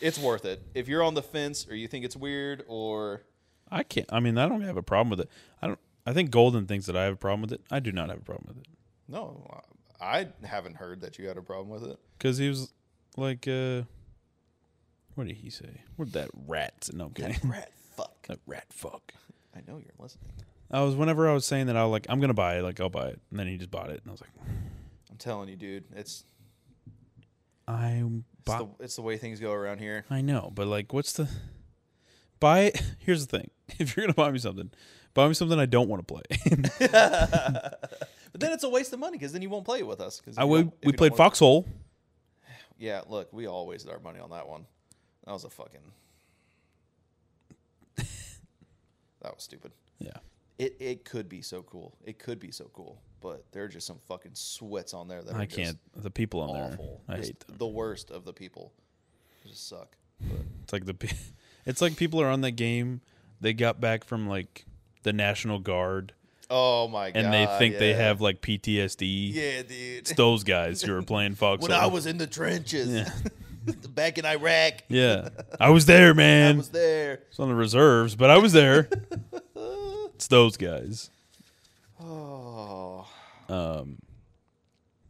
[SPEAKER 2] it's worth it. If you're on the fence or you think it's weird or
[SPEAKER 1] I can't I mean I don't have a problem with it. I don't I think Golden thinks that I have a problem with it. I do not have a problem with it.
[SPEAKER 2] no, I haven't heard that you had a problem with it.
[SPEAKER 1] Because he was like uh what did he say? What that rat no I'm kidding.
[SPEAKER 2] Rat fuck.
[SPEAKER 1] that rat fuck.
[SPEAKER 2] I know you're listening.
[SPEAKER 1] I was whenever I was saying that I was like, I'm gonna buy it, like I'll buy it. And then he just bought it and I was like,
[SPEAKER 2] I'm telling you, dude. It's
[SPEAKER 1] I'm
[SPEAKER 2] it's,
[SPEAKER 1] bought
[SPEAKER 2] the, it's the way things go around here.
[SPEAKER 1] I know, but like, what's the buy? It. Here's the thing: if you're gonna buy me something, buy me something I don't want to play.
[SPEAKER 2] But then it's a waste of money because then you won't play it with us. 'cause
[SPEAKER 1] I
[SPEAKER 2] if you
[SPEAKER 1] we,
[SPEAKER 2] don't- if
[SPEAKER 1] we
[SPEAKER 2] you don't
[SPEAKER 1] played
[SPEAKER 2] want-
[SPEAKER 1] Foxhole.
[SPEAKER 2] Yeah, look, we all wasted our money on that one. That was a fucking. that was stupid.
[SPEAKER 1] Yeah,
[SPEAKER 2] It it could be so cool. It could be so cool, but there are just some fucking sweats on there that are
[SPEAKER 1] I
[SPEAKER 2] just
[SPEAKER 1] can't. The people on
[SPEAKER 2] awful.
[SPEAKER 1] there, I
[SPEAKER 2] Just
[SPEAKER 1] hate them.
[SPEAKER 2] The worst of the people. They just suck. But
[SPEAKER 1] It's like the, pe- it's like people are on that game. They got back from like the National Guard,
[SPEAKER 2] oh my god.
[SPEAKER 1] and they think they
[SPEAKER 2] yeah.
[SPEAKER 1] have like PTSD.
[SPEAKER 2] Yeah, dude.
[SPEAKER 1] It's those guys who are playing Foxhole.
[SPEAKER 2] when I was in the trenches.
[SPEAKER 1] Yeah.
[SPEAKER 2] Back in Iraq.
[SPEAKER 1] Yeah, I was there,
[SPEAKER 2] I
[SPEAKER 1] man.
[SPEAKER 2] was there.
[SPEAKER 1] It's on the reserves, but I was there. it's those guys.
[SPEAKER 2] Oh.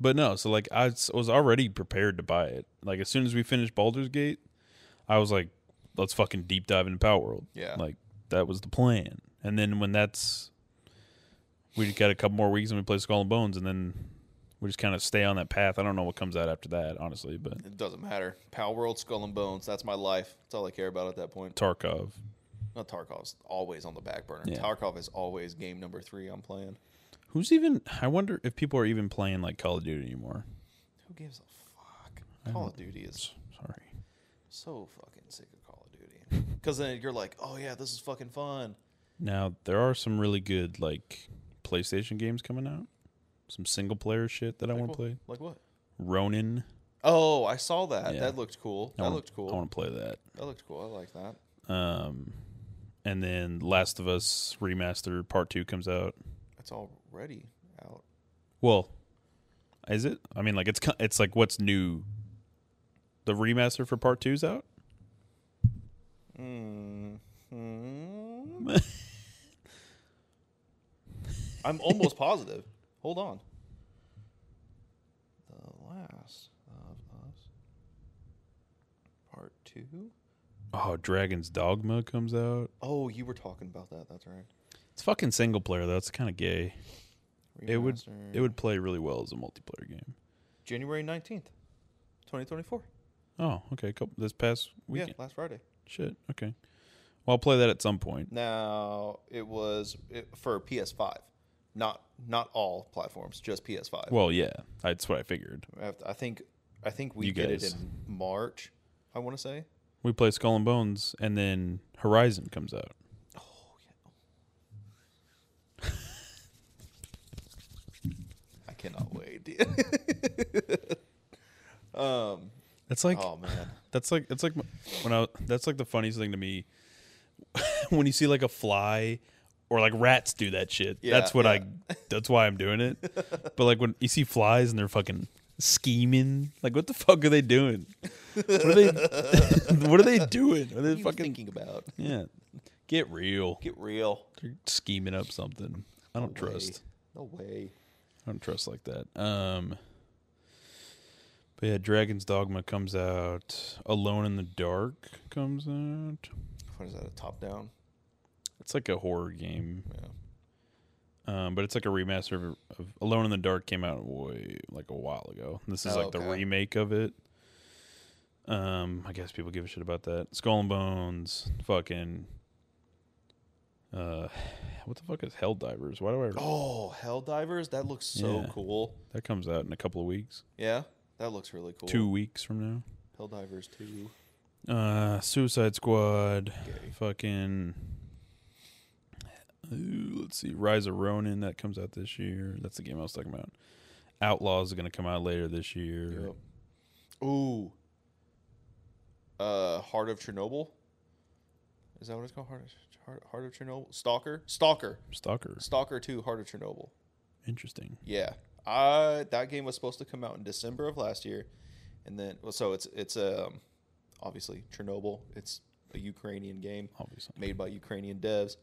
[SPEAKER 1] But no, so like I s- was already prepared to buy it. Like as soon as we finished Baldur's Gate, I was like, let's fucking deep dive into Power World.
[SPEAKER 2] Yeah.
[SPEAKER 1] Like that was the plan. And then when that's we just got a couple more weeks and we play Skull and Bones and then we just kind of stay on that path. I don't know what comes out after that, honestly, but
[SPEAKER 2] It doesn't matter. Power World, Skull and Bones. That's my life. That's all I care about at that point.
[SPEAKER 1] Tarkov.
[SPEAKER 2] No, Tarkov's always on the back burner.
[SPEAKER 1] Yeah.
[SPEAKER 2] Tarkov is always game number three I'm playing.
[SPEAKER 1] Who's even I wonder if people are even playing like Call of Duty anymore.
[SPEAKER 2] Who gives a fuck? Call of Duty is
[SPEAKER 1] Sorry.
[SPEAKER 2] so fucking sick of Call of Duty. Because then you're like, oh yeah, this is fucking fun.
[SPEAKER 1] Now there are some really good like PlayStation games coming out. Some single player shit that I want to play.
[SPEAKER 2] Like what?
[SPEAKER 1] Ronin.
[SPEAKER 2] Oh, I saw that.
[SPEAKER 1] Yeah.
[SPEAKER 2] That looked cool. that
[SPEAKER 1] I wanna-
[SPEAKER 2] looked cool.
[SPEAKER 1] I want to play that.
[SPEAKER 2] That looked cool. I like that.
[SPEAKER 1] Um, and then Last of Us Remastered Part Two comes out.
[SPEAKER 2] It's already out.
[SPEAKER 1] Well, is it? I mean, like it's co- it's like what's new. The remaster for Part Two's out.
[SPEAKER 2] Mm-hmm. I'm almost positive. Hold on. The last of us. Part two?
[SPEAKER 1] Oh, Dragon's Dogma comes out.
[SPEAKER 2] Oh, you were talking about that. That's right.
[SPEAKER 1] It's fucking single player though. It's kind of gay. It would it
[SPEAKER 2] Remastered.
[SPEAKER 1] would play really well as a multiplayer game.
[SPEAKER 2] January 19th, 2024.
[SPEAKER 1] Oh, okay. Couple, this past weekend.
[SPEAKER 2] Yeah, last Friday.
[SPEAKER 1] Shit. Okay. Well, I'll play that at some point.
[SPEAKER 2] Now, it was it, for PS5. Not not all platforms, just PS5.
[SPEAKER 1] Well, yeah, that's what I figured.
[SPEAKER 2] I have to- I think I think we
[SPEAKER 1] You
[SPEAKER 2] get
[SPEAKER 1] guys.
[SPEAKER 2] it in March. I want to say.
[SPEAKER 1] We play Skull and Bones, and then Horizon comes out.
[SPEAKER 2] I cannot wait. dude. um.
[SPEAKER 1] That's like
[SPEAKER 2] Oh man.
[SPEAKER 1] That's like it's like m- when I that's like the funniest thing to me when you see like a fly or like rats do that shit.
[SPEAKER 2] Yeah,
[SPEAKER 1] that's what
[SPEAKER 2] yeah.
[SPEAKER 1] I that's why I'm doing it. but like when you see flies and they're fucking scheming, like what the fuck are they doing? What are they What are they doing? Are they
[SPEAKER 2] What are you
[SPEAKER 1] fucking
[SPEAKER 2] thinking about?
[SPEAKER 1] Yeah. Get real.
[SPEAKER 2] Get real.
[SPEAKER 1] They're scheming up something. I don't trust.
[SPEAKER 2] No way.
[SPEAKER 1] I don't trust like that. Um But yeah, Dragon's Dogma comes out. Alone in the Dark comes out.
[SPEAKER 2] What is that? A top down?
[SPEAKER 1] It's like a horror game,
[SPEAKER 2] Yeah.
[SPEAKER 1] um, but it's like a remaster of, of Alone in the Dark came out way like a while ago. This is
[SPEAKER 2] Oh,
[SPEAKER 1] like the
[SPEAKER 2] okay.
[SPEAKER 1] remake of it. Um, I guess people give a shit about that. Skull and Bones, fucking. Uh, what the fuck is Helldivers? Why do I?
[SPEAKER 2] Oh, Hell Divers. That looks so
[SPEAKER 1] Yeah.
[SPEAKER 2] cool.
[SPEAKER 1] That comes out in a couple of weeks,
[SPEAKER 2] Yeah. That looks really cool.
[SPEAKER 1] two weeks from
[SPEAKER 2] Hell Divers two.
[SPEAKER 1] now. Uh, Suicide Squad,
[SPEAKER 2] Okay.
[SPEAKER 1] fucking. Ooh, let's see, Rise of Ronin that comes out this year. That's the game I was talking about. Outlaws is going to come out later this year.
[SPEAKER 2] Yep. Ooh. Uh, Heart of Chernobyl. Is that what it's called? Heart of, Heart, Heart of Chernobyl. Stalker. Stalker.
[SPEAKER 1] Stalker,
[SPEAKER 2] Stalker Two. Heart of Chernobyl.
[SPEAKER 1] interesting.
[SPEAKER 2] Yeah. I that game was supposed to come out in December of last year, and then well, so it's it's um obviously Chernobyl. It's a Ukrainian game
[SPEAKER 1] Obviously,
[SPEAKER 2] made by Ukrainian devs.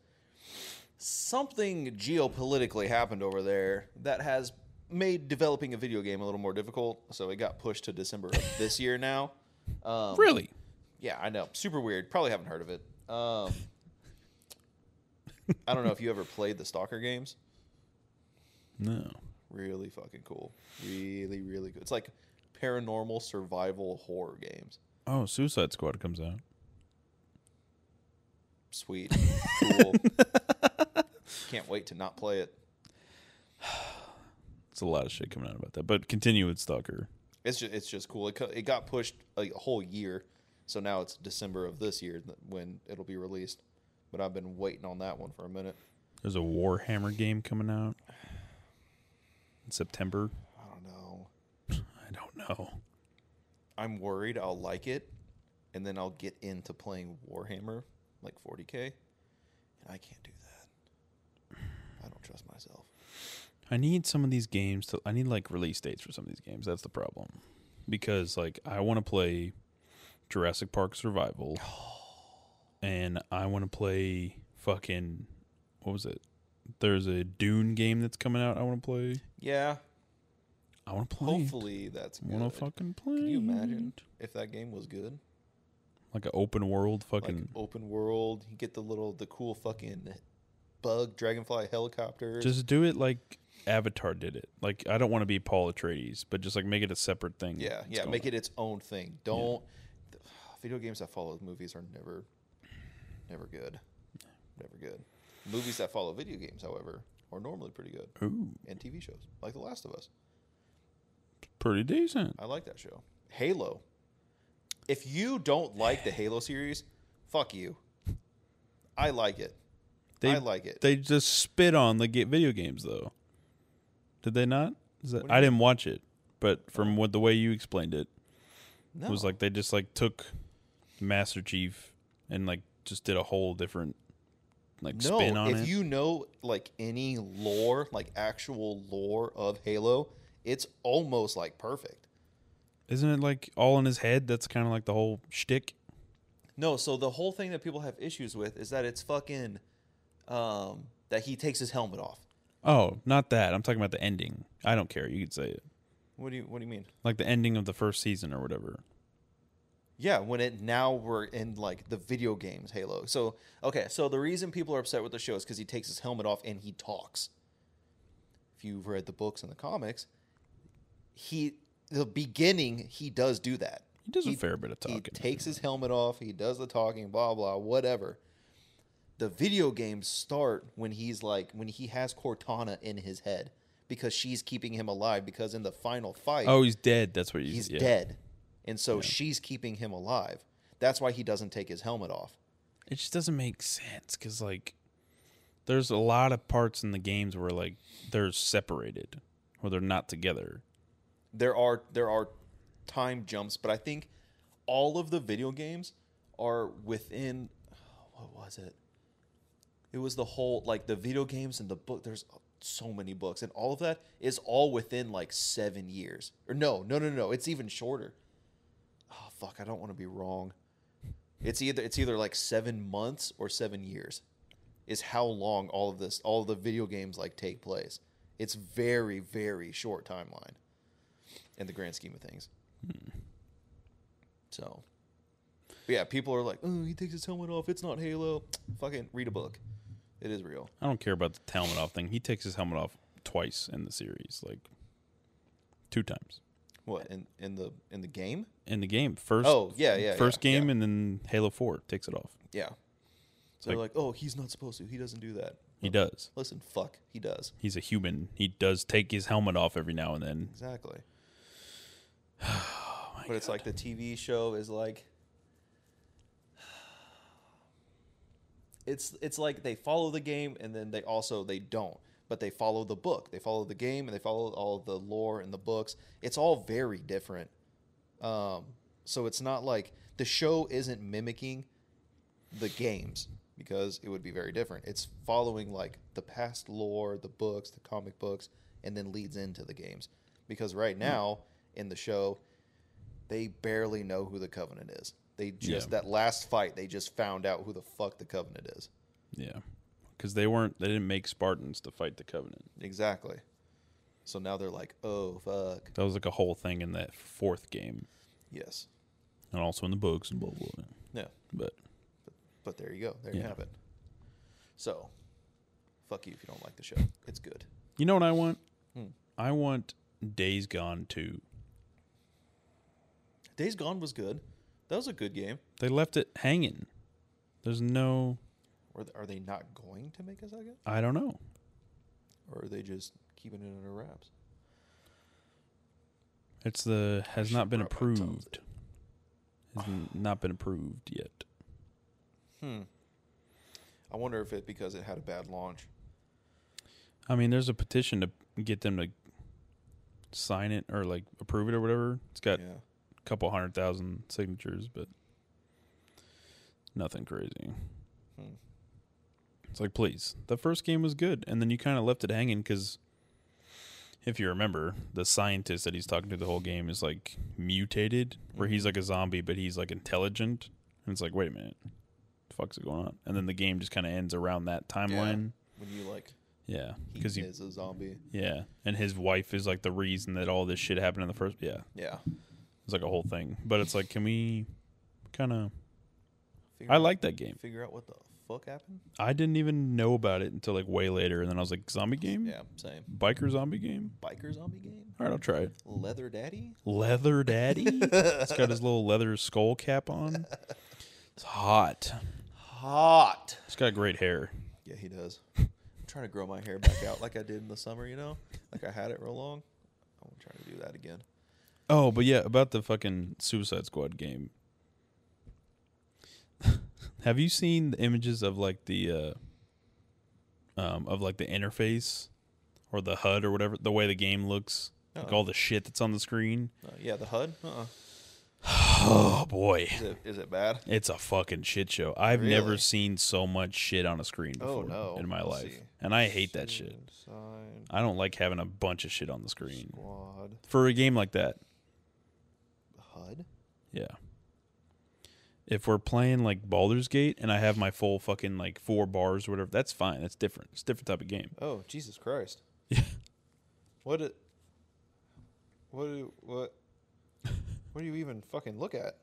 [SPEAKER 2] Something geopolitically happened over there that has made developing a video game a little more difficult. So it got pushed to December of this year now. Um,
[SPEAKER 1] really?
[SPEAKER 2] Yeah, I know. Super weird. Probably haven't heard of it. Um, I don't know if you ever played the Stalker games.
[SPEAKER 1] No.
[SPEAKER 2] Really fucking cool. Really, really good. It's like paranormal survival horror games.
[SPEAKER 1] Oh, Suicide Squad comes out.
[SPEAKER 2] Sweet. Cool. Can't wait to not play it.
[SPEAKER 1] It's a lot of shit coming out about that. But continue with Stalker.
[SPEAKER 2] It's just it's just cool. It, co- it got pushed a whole year, so now it's December of this year th- when it'll be released. But I've been waiting on that one for a minute.
[SPEAKER 1] There's a Warhammer game coming out in September.
[SPEAKER 2] I don't know.
[SPEAKER 1] I don't know.
[SPEAKER 2] I'm worried I'll like it, and then I'll get into playing Warhammer like 40k, and I can't do that. I don't trust myself.
[SPEAKER 1] I need some of these games to I need like release dates for some of these games. That's the problem. Because like I want to play Jurassic Park Survival, and I want to play fucking what was it? There's a Dune game that's coming out. I want to play.
[SPEAKER 2] Yeah.
[SPEAKER 1] I want to play. it.
[SPEAKER 2] Hopefully that's
[SPEAKER 1] I want
[SPEAKER 2] good.
[SPEAKER 1] to fucking play.
[SPEAKER 2] Can you imagine
[SPEAKER 1] it.
[SPEAKER 2] if that game was good?
[SPEAKER 1] Like an open world fucking.
[SPEAKER 2] Like open world, you get the little the cool fucking bug dragonfly helicopter.
[SPEAKER 1] Just do it like Avatar did it. Like I don't want to be Paul Atreides, but just like make it a separate thing.
[SPEAKER 2] yeah, yeah, make it its own thing. Don't th- video games that follow movies are never never good. Never good. Movies that follow video games, however, are normally pretty good.
[SPEAKER 1] Ooh,
[SPEAKER 2] And TV shows, like The Last of Us.
[SPEAKER 1] pretty decent.
[SPEAKER 2] I like that show. Halo. If you don't like the Halo series, fuck you. I like it.
[SPEAKER 1] They
[SPEAKER 2] I like it.
[SPEAKER 1] they just spit on the ga- video games though. Did they not? Is that,
[SPEAKER 2] What do you Oh.
[SPEAKER 1] I didn't watch it, but from what the way you explained it,
[SPEAKER 2] no.
[SPEAKER 1] it
[SPEAKER 2] Oh.
[SPEAKER 1] was like they just like took Master Chief and like just did a whole different like
[SPEAKER 2] no,
[SPEAKER 1] spin on
[SPEAKER 2] if
[SPEAKER 1] it.
[SPEAKER 2] you know like any lore, like actual lore of Halo, it's almost like perfect.
[SPEAKER 1] Isn't it like all in his head? That's kind of like the whole shtick.
[SPEAKER 2] No, so the whole thing that people have issues with is that it's fucking um that he takes his helmet off.
[SPEAKER 1] Oh, not that. I'm talking about the ending. I don't care. You could say it.
[SPEAKER 2] What do you what do you mean?
[SPEAKER 1] Like the ending of the first season or whatever.
[SPEAKER 2] Yeah, when it now we're in like the video games Halo. So okay, so the reason people are upset with the show is because he takes his helmet off and he talks. If you've read the books and the comics, he the beginning he does do that.
[SPEAKER 1] He does
[SPEAKER 2] He-
[SPEAKER 1] a fair bit of talking.
[SPEAKER 2] He takes his helmet off. He does the talking, blah blah, whatever. The video games start when he's like when he has Cortana in his head because she's keeping him alive because in the final fight
[SPEAKER 1] oh, he's dead. That's what you,
[SPEAKER 2] he's
[SPEAKER 1] yeah.
[SPEAKER 2] dead, and so she's keeping him alive. That's why he doesn't take his helmet off.
[SPEAKER 1] It just doesn't make sense because like there's a lot of parts in the games where like they're separated or they're not together.
[SPEAKER 2] There are there are time jumps, but I think all of the video games are within what was it? It was the whole like the video games and the book. There's so many books, and all of that is all within like seven years. Or no, no, no, no. It's even shorter. Oh fuck! I don't want to be wrong. It's either it's either like seven months or seven years, is how long all of this all of the video games like take place. It's very very short timeline, in the grand scheme of things. So but yeah, people are like, oh, he takes his helmet off. It's not Halo. Fucking read a book. It is real.
[SPEAKER 1] I don't care about the helmet off thing. He takes his helmet off twice in the series, like two times
[SPEAKER 2] What in in the in the game?
[SPEAKER 1] in the game. First,
[SPEAKER 2] Oh, yeah, yeah,
[SPEAKER 1] first
[SPEAKER 2] yeah,
[SPEAKER 1] game,
[SPEAKER 2] yeah.
[SPEAKER 1] and then Halo Four takes it off.
[SPEAKER 2] Yeah. So they're like, oh, he's not supposed to. He doesn't do that.
[SPEAKER 1] He does.
[SPEAKER 2] Listen, fuck, he does.
[SPEAKER 1] He's a human. He does take his helmet off every now and then.
[SPEAKER 2] Exactly. but it's like the TV show is like it's it's like they follow the game and then they also they don't, but they follow the book. They follow the game and they follow all the lore and the books. It's all very different. Um, so it's not like the show isn't mimicking the games because it would be very different. It's following like the past lore, the books, the comic books, and then leads into the games. Because right now in the show, they barely know who the Covenant is. They just
[SPEAKER 1] Yeah.
[SPEAKER 2] that last fight, they just found out who the fuck the Covenant is.
[SPEAKER 1] Yeah, because they weren't. They didn't make Spartans to fight the Covenant.
[SPEAKER 2] Exactly. So now they're like, oh fuck.
[SPEAKER 1] That was like a whole thing in that fourth game,
[SPEAKER 2] Yes.
[SPEAKER 1] and also in the books and blah blah. blah.
[SPEAKER 2] No.
[SPEAKER 1] But
[SPEAKER 2] But there you go. There you
[SPEAKER 1] Yeah.
[SPEAKER 2] have it. So fuck you if you don't like the show. It's good.
[SPEAKER 1] you know what I want? I want Days Gone too.
[SPEAKER 2] Days Gone was good. That was a good game.
[SPEAKER 1] They left it hanging. There's no.
[SPEAKER 2] Or th- are they not going to make a second?
[SPEAKER 1] I don't know.
[SPEAKER 2] Or are they just keeping it under wraps?
[SPEAKER 1] It's the has
[SPEAKER 2] Should
[SPEAKER 1] not been
[SPEAKER 2] rub my thumbs.
[SPEAKER 1] approved. Has n- not been approved yet.
[SPEAKER 2] Hmm. I wonder if it because it had a bad launch.
[SPEAKER 1] I mean, there's a petition to get them to sign it or like approve it or whatever. It's got
[SPEAKER 2] yeah.
[SPEAKER 1] a couple hundred thousand signatures, but nothing crazy.
[SPEAKER 2] Hmm.
[SPEAKER 1] It's like, please, the first game was good, and then you kind of left it hanging because if you remember, the scientist that he's talking to the whole game is like mutated, where
[SPEAKER 2] Mm-hmm.
[SPEAKER 1] he's like a zombie, but he's like intelligent. And it's like, wait a minute, the fuck's going on? And then the game just kind of ends around that timeline.
[SPEAKER 2] when you like
[SPEAKER 1] Yeah,
[SPEAKER 2] he
[SPEAKER 1] because
[SPEAKER 2] is
[SPEAKER 1] he,
[SPEAKER 2] a zombie.
[SPEAKER 1] yeah, and his wife is like the reason that all this shit happened in the first. Yeah,
[SPEAKER 2] Yeah,
[SPEAKER 1] it's like a whole thing. But it's like, can we kind of?
[SPEAKER 2] figure
[SPEAKER 1] I
[SPEAKER 2] out-
[SPEAKER 1] like that game.
[SPEAKER 2] figure out what the fuck happened.
[SPEAKER 1] I didn't even know about it until like way later, and then I was like, zombie game,
[SPEAKER 2] Yeah, same
[SPEAKER 1] biker zombie game.
[SPEAKER 2] biker zombie game.
[SPEAKER 1] All right, I'll try it.
[SPEAKER 2] Leather Daddy.
[SPEAKER 1] Leather Daddy. it's got his little leather skull cap on. It's hot.
[SPEAKER 2] Hot.
[SPEAKER 1] It's got great hair.
[SPEAKER 2] Yeah, he does. I'm trying to grow my hair back out like I did in the summer. You know, like I had it real long. I'm trying to do that again.
[SPEAKER 1] Oh, but yeah, about the fucking Suicide Squad game. Have you seen the images of like the uh um of like the interface or the HUD or whatever the way the game looks? Like
[SPEAKER 2] Uh-uh.
[SPEAKER 1] all the shit that's on the screen.
[SPEAKER 2] Uh, yeah, the HUD. Uh-uh.
[SPEAKER 1] Oh boy.
[SPEAKER 2] Is it is it bad?
[SPEAKER 1] It's a fucking shit show. I've
[SPEAKER 2] Really?
[SPEAKER 1] never seen so much shit on a screen
[SPEAKER 2] Oh,
[SPEAKER 1] before
[SPEAKER 2] no.
[SPEAKER 1] in my
[SPEAKER 2] Let's
[SPEAKER 1] life.
[SPEAKER 2] see.
[SPEAKER 1] And I hate that shit.
[SPEAKER 2] Suicide
[SPEAKER 1] I don't like having a bunch of shit on the screen
[SPEAKER 2] Squad.
[SPEAKER 1] for a game like that.
[SPEAKER 2] HUD.
[SPEAKER 1] Yeah. If we're playing like Baldur's Gate and I have my full fucking like four bars or whatever, that's fine. That's different. It's a different type of game.
[SPEAKER 2] Oh Jesus Christ!
[SPEAKER 1] Yeah.
[SPEAKER 2] What? It, what? Do, what? What do you even fucking look at?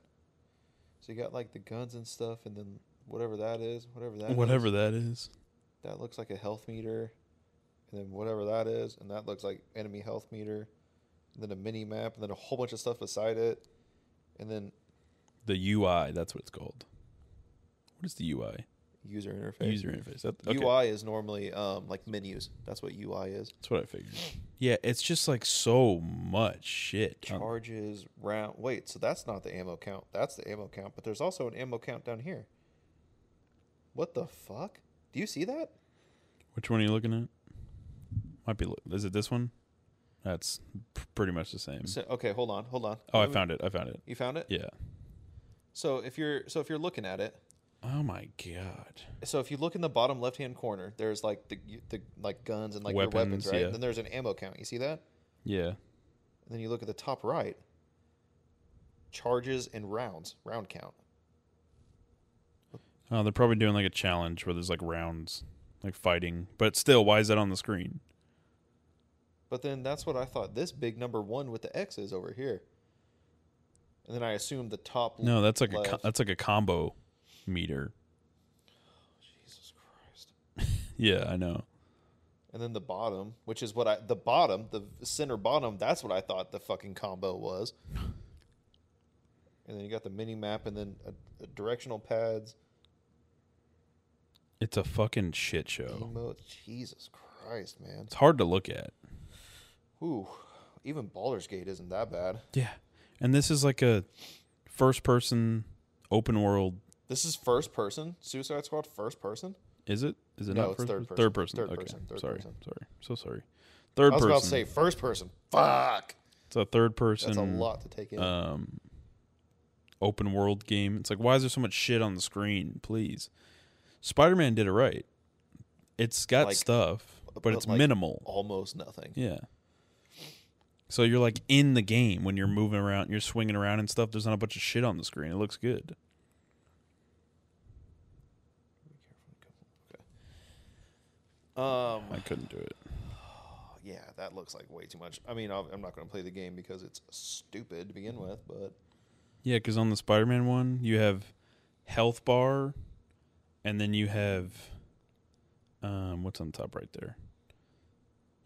[SPEAKER 2] So you got like the guns and stuff, and then whatever that is, whatever that. is,
[SPEAKER 1] Whatever that is.
[SPEAKER 2] that looks like a health meter, and then whatever that is, and that looks like enemy health meter, and then a mini map, and then a whole bunch of stuff beside it, and then
[SPEAKER 1] The UI, that's what it's called. What is the UI?
[SPEAKER 2] user interface.
[SPEAKER 1] User interface. That, okay.
[SPEAKER 2] UI is normally um, like menus. That's what UI is.
[SPEAKER 1] That's what I figured. Yeah, it's just like so much shit. Um,
[SPEAKER 2] Charges round. Wait, so that's not the ammo count. That's the ammo count. But there's also an ammo count down here. What the fuck? Do you see that?
[SPEAKER 1] Mm-hmm. Which one are you looking at? Might be. lo- Is it this one? That's p- pretty much the same.
[SPEAKER 2] So, okay, hold on, hold on.
[SPEAKER 1] Oh, I
[SPEAKER 2] Let me-
[SPEAKER 1] found it. I found it.
[SPEAKER 2] You found it.
[SPEAKER 1] Yeah.
[SPEAKER 2] So if you're so if you're looking at it,
[SPEAKER 1] Oh my god.
[SPEAKER 2] so if you look in the bottom left hand corner, there's like the the like guns and like your weapons,
[SPEAKER 1] Weapons,
[SPEAKER 2] right?
[SPEAKER 1] yeah.
[SPEAKER 2] Then there's an ammo count. You see that?
[SPEAKER 1] Yeah.
[SPEAKER 2] And then you look at the top right. Charges and rounds, round count.
[SPEAKER 1] Oh, they're probably doing like a challenge where there's like rounds, like fighting. But still, why is that on the screen?
[SPEAKER 2] But then that's what I thought. This big number one with the X is over here. And then I assume the top.
[SPEAKER 1] No, that's like a co-
[SPEAKER 2] left-
[SPEAKER 1] that's like a combo meter.
[SPEAKER 2] Jesus Christ.
[SPEAKER 1] Yeah, I know.
[SPEAKER 2] And then the bottom, which is what I the bottom, the center bottom. That's what I thought the fucking combo was. And then you got the mini map, and then a, a directional pads.
[SPEAKER 1] It's a fucking shit show.
[SPEAKER 2] Emotes. Jesus Christ, man.
[SPEAKER 1] It's hard to look at.
[SPEAKER 2] Ooh, even Baldur's Gate isn't that bad.
[SPEAKER 1] Yeah. And this is like a first person open world.
[SPEAKER 2] This is first person. Suicide Squad first person.
[SPEAKER 1] Is it? Is it
[SPEAKER 2] No,
[SPEAKER 1] not
[SPEAKER 2] it's
[SPEAKER 1] first
[SPEAKER 2] third
[SPEAKER 1] pers-
[SPEAKER 2] person.
[SPEAKER 1] Third person.
[SPEAKER 2] Third
[SPEAKER 1] okay.
[SPEAKER 2] person, third
[SPEAKER 1] sorry.
[SPEAKER 2] person.
[SPEAKER 1] Sorry. So sorry. Third
[SPEAKER 2] I was
[SPEAKER 1] person.
[SPEAKER 2] about to say first person. Fuck.
[SPEAKER 1] it's a third person.
[SPEAKER 2] That's a lot to take in.
[SPEAKER 1] um, open world game. It's like, why is there so much shit on the screen? Please, Spider Man did it right. It's got
[SPEAKER 2] Like-
[SPEAKER 1] stuff, but,
[SPEAKER 2] but
[SPEAKER 1] it's
[SPEAKER 2] like-
[SPEAKER 1] minimal.
[SPEAKER 2] Almost nothing.
[SPEAKER 1] Yeah. So you're like in the game when you're moving around, you're swinging around and stuff. There's not a bunch of shit on the screen. It looks good.
[SPEAKER 2] Um,
[SPEAKER 1] I couldn't do it.
[SPEAKER 2] yeah, that looks like way too much. I mean, ob- I'm not going to play the game because it's stupid to begin with, but
[SPEAKER 1] Yeah, because on the Spider Man one, you have health bar, and then you have um, what's on top right there.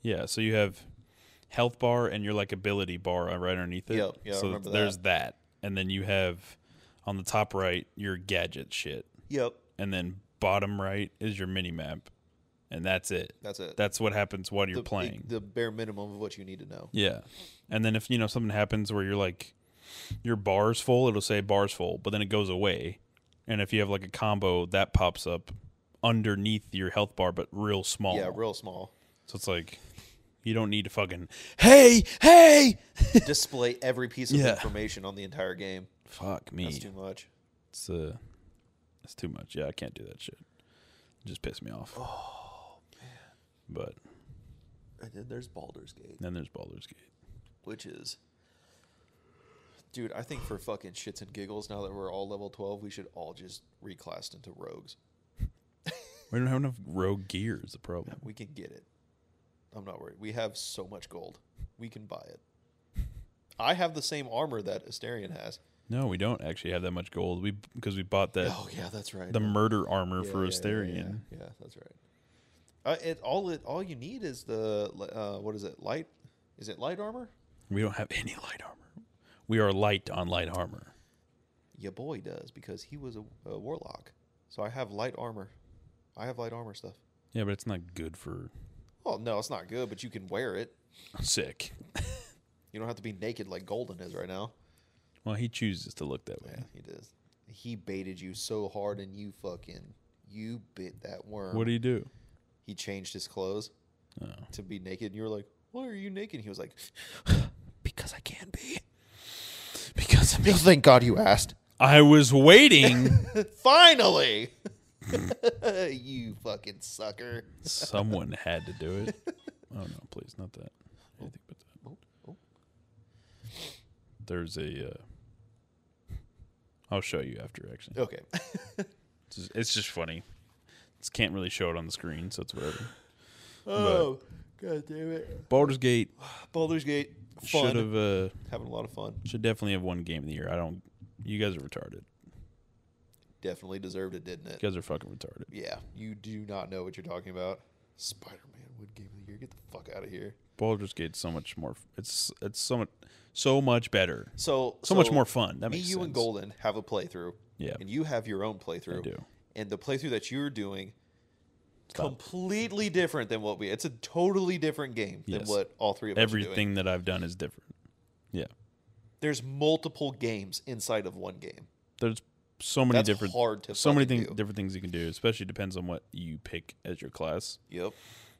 [SPEAKER 1] Yeah, so you have health bar and your like ability bar uh, right underneath it.
[SPEAKER 2] Yep, yeah, I
[SPEAKER 1] so
[SPEAKER 2] remember
[SPEAKER 1] there's that. and then you have on the top right your gadget shit,
[SPEAKER 2] yep,
[SPEAKER 1] and then bottom right is your mini map, and that's it.
[SPEAKER 2] that's it.
[SPEAKER 1] That's what happens while you're
[SPEAKER 2] the,
[SPEAKER 1] playing.
[SPEAKER 2] the bare minimum of what you need to know.
[SPEAKER 1] Yeah. And then if you know something happens where you're like your bar's full, it'll say bar's full, but then it goes away. And if you have like a combo, that pops up underneath your health bar, but real small.
[SPEAKER 2] Yeah, real small.
[SPEAKER 1] so it's like you don't need to fucking hey, hey
[SPEAKER 2] Display every piece of
[SPEAKER 1] Yeah.
[SPEAKER 2] information on the entire game.
[SPEAKER 1] Fuck
[SPEAKER 2] That's
[SPEAKER 1] me.
[SPEAKER 2] too much.
[SPEAKER 1] It's uh it's too much. Yeah, I can't do that shit. It just pissed me off. Oh man. But
[SPEAKER 2] and then there's Baldur's Gate,
[SPEAKER 1] Then there's Baldur's Gate.
[SPEAKER 2] which is, dude, I think for fucking shits and giggles, now that we're all level twelve, we should all just reclassed into rogues.
[SPEAKER 1] We don't have enough rogue gear is the problem.
[SPEAKER 2] We can get it. I'm not worried. We have so much gold, we can buy it. I have the same armor that Asterion has.
[SPEAKER 1] No, we don't actually have that much gold. We because we bought that
[SPEAKER 2] Oh yeah, that's right.
[SPEAKER 1] the murder armor
[SPEAKER 2] Yeah,
[SPEAKER 1] for
[SPEAKER 2] yeah, yeah,
[SPEAKER 1] Asterion.
[SPEAKER 2] Yeah, yeah, that's right. Uh, it all it all you need is the li- uh, what is it light? Is it light armor?
[SPEAKER 1] We don't have any light armor. We are light on light armor.
[SPEAKER 2] Your boy does because he was a, a warlock. So I have light armor. I have light armor stuff.
[SPEAKER 1] Yeah, but it's not good for
[SPEAKER 2] Well, no, it's not good, but you can wear it.
[SPEAKER 1] sick.
[SPEAKER 2] You don't have to be naked like Golden is right now.
[SPEAKER 1] Well, he chooses to look that way.
[SPEAKER 2] Yeah, he does. He baited you so hard, and you fucking you bit that worm.
[SPEAKER 1] What do you do?
[SPEAKER 2] he changed his clothes
[SPEAKER 1] Oh.
[SPEAKER 2] to be naked, and you were like, "Why are you naked?" He was like,
[SPEAKER 1] Because I can be. Because I'm
[SPEAKER 2] "Well, thank God you asked."
[SPEAKER 1] I was waiting.
[SPEAKER 2] Finally, you fucking sucker.
[SPEAKER 1] Someone had to do it. Oh no, please, not that. Anything but that.
[SPEAKER 2] Oh, oh.
[SPEAKER 1] There's a. Uh, I'll show you after. Actually,
[SPEAKER 2] Okay,
[SPEAKER 1] it's just, it's just funny. It's, can't really show it on the screen, so it's whatever.
[SPEAKER 2] Oh, god damn it.
[SPEAKER 1] Baldur's Gate
[SPEAKER 2] Baldur's Gate,
[SPEAKER 1] should
[SPEAKER 2] fun.
[SPEAKER 1] have uh,
[SPEAKER 2] Having a lot of fun.
[SPEAKER 1] should definitely have won game of the year. I don't. You guys are retarded.
[SPEAKER 2] Definitely deserved it, didn't
[SPEAKER 1] You
[SPEAKER 2] it?
[SPEAKER 1] guys are fucking retarded.
[SPEAKER 2] Yeah, you do not know what you're talking about. Spider Man would game of the year. Get the fuck out of here.
[SPEAKER 1] Baldur's Gate's so much more. f- It's it's so much so much better.
[SPEAKER 2] So,
[SPEAKER 1] So much more fun. That
[SPEAKER 2] me,
[SPEAKER 1] makes
[SPEAKER 2] you, and
[SPEAKER 1] sense.
[SPEAKER 2] Golden have a playthrough.
[SPEAKER 1] Yeah.
[SPEAKER 2] And you have your own playthrough.
[SPEAKER 1] I do.
[SPEAKER 2] And the playthrough that you're doing,
[SPEAKER 1] Stop.
[SPEAKER 2] completely different than what we. It's a totally different game than
[SPEAKER 1] Yes.
[SPEAKER 2] what all three of us are doing.
[SPEAKER 1] Everything that I've done is different. Yeah.
[SPEAKER 2] There's multiple games inside of one game.
[SPEAKER 1] there's so many
[SPEAKER 2] That's
[SPEAKER 1] different
[SPEAKER 2] hard to
[SPEAKER 1] so many
[SPEAKER 2] fucking
[SPEAKER 1] things
[SPEAKER 2] do.
[SPEAKER 1] different things you can do especially depends on what you pick as your class
[SPEAKER 2] Yep.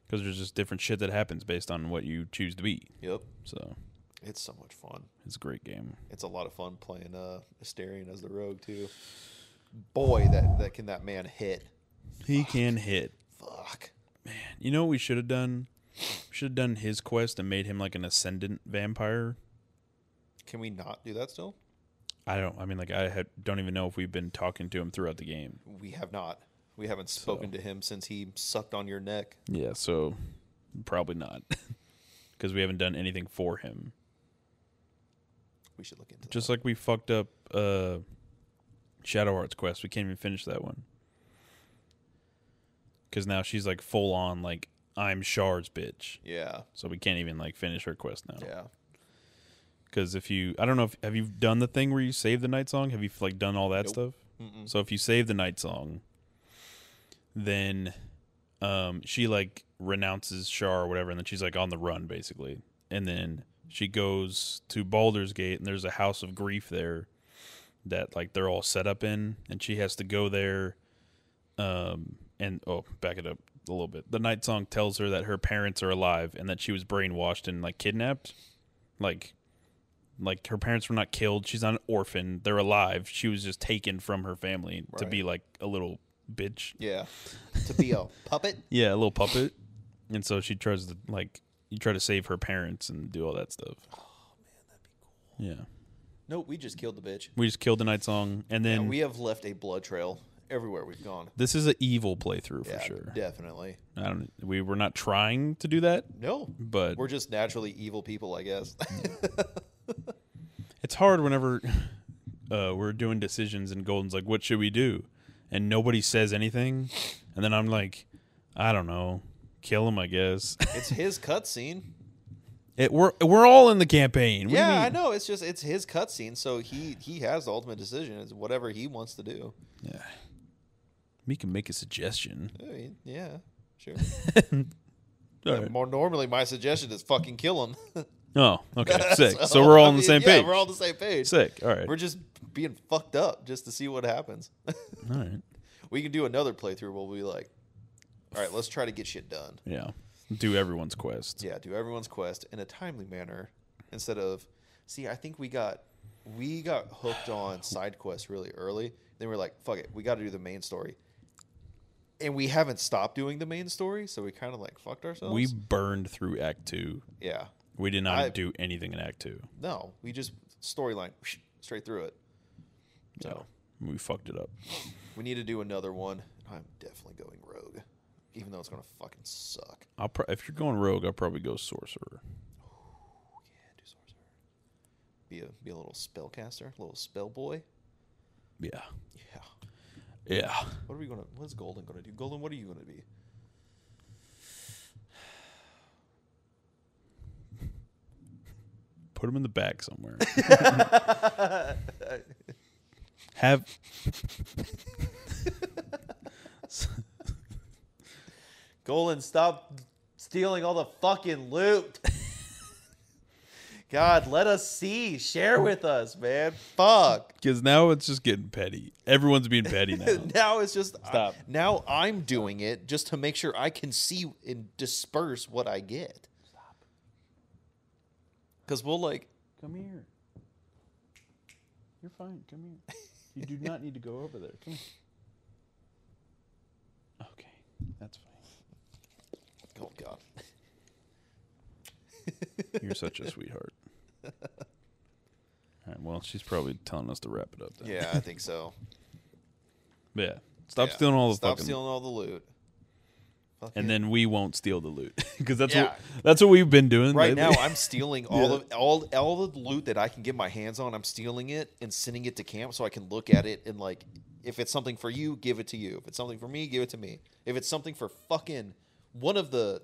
[SPEAKER 1] because there's just different shit that happens based on what you choose to be
[SPEAKER 2] Yep.
[SPEAKER 1] so
[SPEAKER 2] It's so much fun.
[SPEAKER 1] it's a great game
[SPEAKER 2] It's a lot of fun playing uh Asterion as the rogue too. Boy, that that can that man hit.
[SPEAKER 1] he can hit
[SPEAKER 2] Fuck.
[SPEAKER 1] you know what we should have done should have done his quest and made him like an ascendant vampire
[SPEAKER 2] Can we not do that still?
[SPEAKER 1] i don't i mean like i had, don't even know if we've been talking to him throughout the game
[SPEAKER 2] We have not. We haven't spoken to him since he sucked on your neck.
[SPEAKER 1] yeah so probably not because we haven't done anything for him
[SPEAKER 2] We should look into
[SPEAKER 1] Just like we fucked up uh Shadow Hearts quest. We can't even finish that one. Cause now she's like full on like I'm Shard's bitch.
[SPEAKER 2] that. Yeah.
[SPEAKER 1] So we can't even like finish her quest now.
[SPEAKER 2] Yeah.
[SPEAKER 1] Cause if you I don't know if have you done the thing where you save the night song? Have you like done all that
[SPEAKER 2] Nope.
[SPEAKER 1] stuff? So if you save the night song, then um she like renounces Shar or whatever, and then she's like on the run basically. And then she goes to Baldur's Gate and there's a house of grief there that like they're all set up in and she has to go there um and oh back it up a little bit. The night song tells her that her parents are alive and that she was brainwashed and like kidnapped. Like like her parents were not killed. She's not an orphan. They're alive. She was just taken from her family to
[SPEAKER 2] Right.
[SPEAKER 1] be like a little bitch.
[SPEAKER 2] Yeah. to be a puppet.
[SPEAKER 1] Yeah, a little puppet. And so she tries to like you try to save her parents and do all that stuff.
[SPEAKER 2] Oh,
[SPEAKER 1] Yeah.
[SPEAKER 2] Nope, we just killed the bitch.
[SPEAKER 1] We just killed the night song and then
[SPEAKER 2] And we have left a blood trail everywhere we've gone.
[SPEAKER 1] this is an evil playthrough for
[SPEAKER 2] yeah,
[SPEAKER 1] sure.
[SPEAKER 2] Definitely.
[SPEAKER 1] I don't we were not trying to do that,
[SPEAKER 2] No.
[SPEAKER 1] but
[SPEAKER 2] We're just naturally evil people, I guess.
[SPEAKER 1] it's hard whenever uh, we're doing decisions and Golden's like, "What should we do?" and nobody says anything, and then I'm like, "I don't know, kill him, I guess."
[SPEAKER 2] it's his cutscene.
[SPEAKER 1] it, we're we're all in the campaign. What do you
[SPEAKER 2] Yeah, I
[SPEAKER 1] mean?
[SPEAKER 2] know. It's just it's his cutscene, so he he has the ultimate decision. It's whatever he wants to do.
[SPEAKER 1] Yeah, we can make a suggestion.
[SPEAKER 2] I mean, yeah, sure.
[SPEAKER 1] All
[SPEAKER 2] And
[SPEAKER 1] right.
[SPEAKER 2] More normally, my suggestion is fucking kill him.
[SPEAKER 1] Oh, okay, sick. so, we're all
[SPEAKER 2] I
[SPEAKER 1] on the
[SPEAKER 2] mean,
[SPEAKER 1] same
[SPEAKER 2] yeah,
[SPEAKER 1] page.
[SPEAKER 2] We're all on the same page.
[SPEAKER 1] sick. All right.
[SPEAKER 2] We're just being fucked up just to see what happens.
[SPEAKER 1] all right.
[SPEAKER 2] we can do another playthrough. Where we'll be like, all right, let's try to get shit done.
[SPEAKER 1] Yeah. Do everyone's quest.
[SPEAKER 2] Yeah, do everyone's quest in a timely manner instead of see, I think we got we got hooked on side quests really early. Then we are like, fuck it, we gotta do the main story. and we haven't stopped doing the main story, so we kind of like fucked ourselves.
[SPEAKER 1] We burned through Act Two.
[SPEAKER 2] yeah,
[SPEAKER 1] We did not
[SPEAKER 2] I-
[SPEAKER 1] do anything in Act Two.
[SPEAKER 2] no, we just storyline straight through it.
[SPEAKER 1] So we fucked it up.
[SPEAKER 2] We need to do another one. I'm definitely going rogue, even though it's gonna fucking suck.
[SPEAKER 1] I'll pro- if you're going rogue, I'll probably go sorcerer.
[SPEAKER 2] Yeah, do sorcerer. Be a be a little spellcaster, a little spell boy.
[SPEAKER 1] Yeah,
[SPEAKER 2] Yeah.
[SPEAKER 1] yeah.
[SPEAKER 2] What are we gonna? What's Golden gonna do? Golden, what are you gonna be?
[SPEAKER 1] Put him in the back somewhere. Have
[SPEAKER 2] Golden, stop stealing all the fucking loot. God, let us see. Share with us, man. Fuck.
[SPEAKER 1] because now it's just getting petty. Everyone's being petty now.
[SPEAKER 2] now it's just
[SPEAKER 1] Stop.
[SPEAKER 2] now I'm doing it just to make sure I can see and disperse what I get. Because we'll like,
[SPEAKER 1] Come here. You're fine. Come here. You do not need to go over there. Come here. Okay, that's fine.
[SPEAKER 2] oh god,
[SPEAKER 1] You're such a sweetheart. All right. Well, she's probably telling us to wrap it up. Then.
[SPEAKER 2] yeah, I think so.
[SPEAKER 1] Yeah. Stop
[SPEAKER 2] Yeah.
[SPEAKER 1] stealing all the
[SPEAKER 2] Stop
[SPEAKER 1] fucking.
[SPEAKER 2] stealing all the loot. Fucking-
[SPEAKER 1] and then we won't steal the loot because that's what
[SPEAKER 2] Yeah.
[SPEAKER 1] that's what we've been doing
[SPEAKER 2] right now
[SPEAKER 1] lately.
[SPEAKER 2] I'm stealing all
[SPEAKER 1] Yeah.
[SPEAKER 2] of all all the loot that I can get my hands on. I'm stealing it and sending it to camp so I can look at it and like if it's something for you, give it to you. If it's something for me, give it to me. If it's something for fucking one of the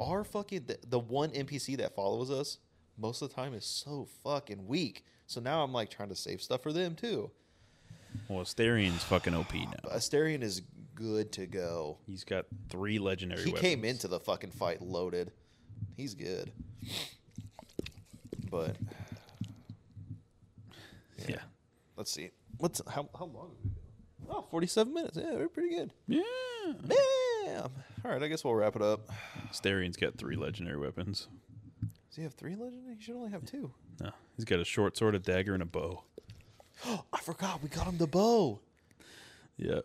[SPEAKER 2] our fucking the, the one NPC that follows us most of the time is so fucking weak. So now I'm like trying to save stuff for them too.
[SPEAKER 1] Well, Asterian's fucking OP now.
[SPEAKER 2] But Asterion is good to go.
[SPEAKER 1] He's got three legendary.
[SPEAKER 2] He
[SPEAKER 1] weapons.
[SPEAKER 2] came into the fucking fight loaded. He's good. But
[SPEAKER 1] Yeah.
[SPEAKER 2] let's see. What's how how long have we been? Oh, 47 minutes. Yeah, we're pretty good.
[SPEAKER 1] Yeah.
[SPEAKER 2] Bam. All right, I guess we'll wrap it up.
[SPEAKER 1] Asterian's got three legendary weapons.
[SPEAKER 2] Does he have three legendary? He should only have two.
[SPEAKER 1] No, he's got a short sword, a dagger, and a bow.
[SPEAKER 2] I forgot we got him the bow.
[SPEAKER 1] Yeah.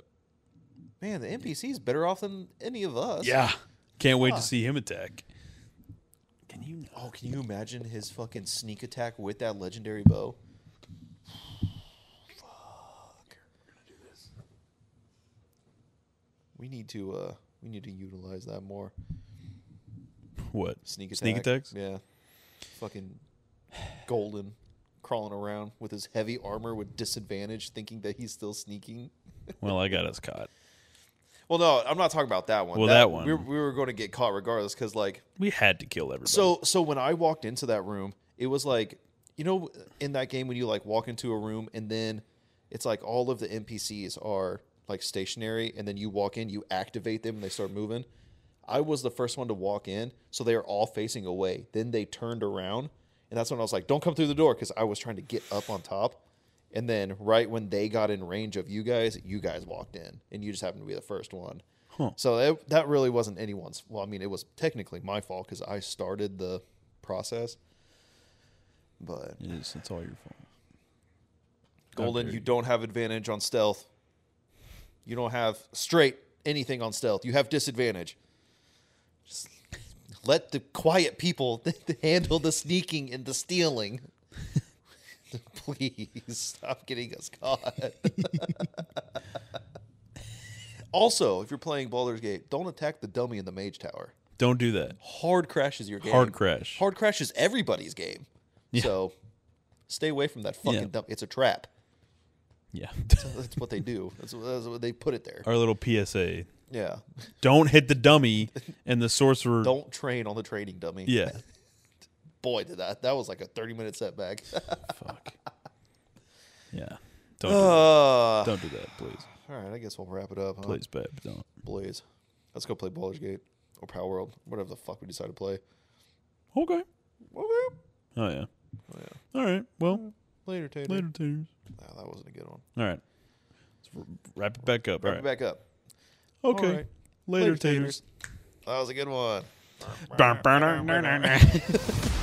[SPEAKER 2] Man, the NPC's better off than any of us.
[SPEAKER 1] Yeah. Can't wait to
[SPEAKER 2] Fuck.
[SPEAKER 1] see him attack. Can you?
[SPEAKER 2] Oh, can you imagine his fucking sneak attack with that legendary bow? Fuck. We need to uh we need to utilize that more.
[SPEAKER 1] What?
[SPEAKER 2] Sneak attack.
[SPEAKER 1] Sneak attacks?
[SPEAKER 2] Yeah. Fucking golden crawling around with his heavy armor with disadvantage, thinking that he's still sneaking.
[SPEAKER 1] Well, I got us caught.
[SPEAKER 2] Well, no, I'm not talking about that one.
[SPEAKER 1] Well, that one.
[SPEAKER 2] We, we were going to get caught regardless because, like,
[SPEAKER 1] We had to kill everybody.
[SPEAKER 2] so so when I walked into that room, it was like you know in that game when you like walk into a room and then it's like all of the NPCs are like stationary, and then you walk in, you activate them, and they start moving. I was the first one to walk in, so they are all facing away. Then they turned around, and that's when I was like, "Don't come through the door," because I was trying to get up on top. And then right when they got in range of you guys, you guys walked in, and you just happened to be the first one. So that, that really wasn't anyone's. Well, I mean, it was technically my fault because I started the process. But
[SPEAKER 1] it is. It's all your fault.
[SPEAKER 2] Golden, you don't have advantage on stealth. You don't have straight anything on stealth. You have disadvantage. Just let the quiet people handle the sneaking and the stealing. Please stop getting us caught. also, if you're playing Baldur's Gate, don't attack the dummy in the Mage Tower.
[SPEAKER 1] Don't do that.
[SPEAKER 2] Hard crashes your game.
[SPEAKER 1] Hard crash.
[SPEAKER 2] Hard crashes everybody's game. So stay away from that fucking
[SPEAKER 1] Yeah.
[SPEAKER 2] dump. It's a trap.
[SPEAKER 1] Yeah.
[SPEAKER 2] That's what they do. That's what, that's what they put it there.
[SPEAKER 1] Our little PSA.
[SPEAKER 2] Yeah.
[SPEAKER 1] Don't hit the dummy and the sorcerer.
[SPEAKER 2] Don't train on the training dummy.
[SPEAKER 1] Yeah.
[SPEAKER 2] Boy, did that. That was like a 30 minute setback.
[SPEAKER 1] Fuck. Yeah. Don't do that.
[SPEAKER 2] Uh, all
[SPEAKER 1] don't do that, please.
[SPEAKER 2] right. I guess we'll wrap it up. Huh?
[SPEAKER 1] Please, babe, don't.
[SPEAKER 2] Blaze. Let's go play Baldur's Gate or Power World, whatever the fuck we decide to play.
[SPEAKER 1] Okay.
[SPEAKER 2] Okay.
[SPEAKER 1] Oh yeah.
[SPEAKER 2] Oh, yeah.
[SPEAKER 1] All right. Well,
[SPEAKER 2] Later, Tater.
[SPEAKER 1] later, taters.
[SPEAKER 2] Ah, that wasn't a good one.
[SPEAKER 1] All right. Let's r- wrap it back up.
[SPEAKER 2] Wrap
[SPEAKER 1] All
[SPEAKER 2] it
[SPEAKER 1] right.
[SPEAKER 2] back up.
[SPEAKER 1] Okay.
[SPEAKER 2] All right.
[SPEAKER 1] Later, taters.
[SPEAKER 2] That was a good one.
[SPEAKER 1] Dun, dun, dun, dun, dun.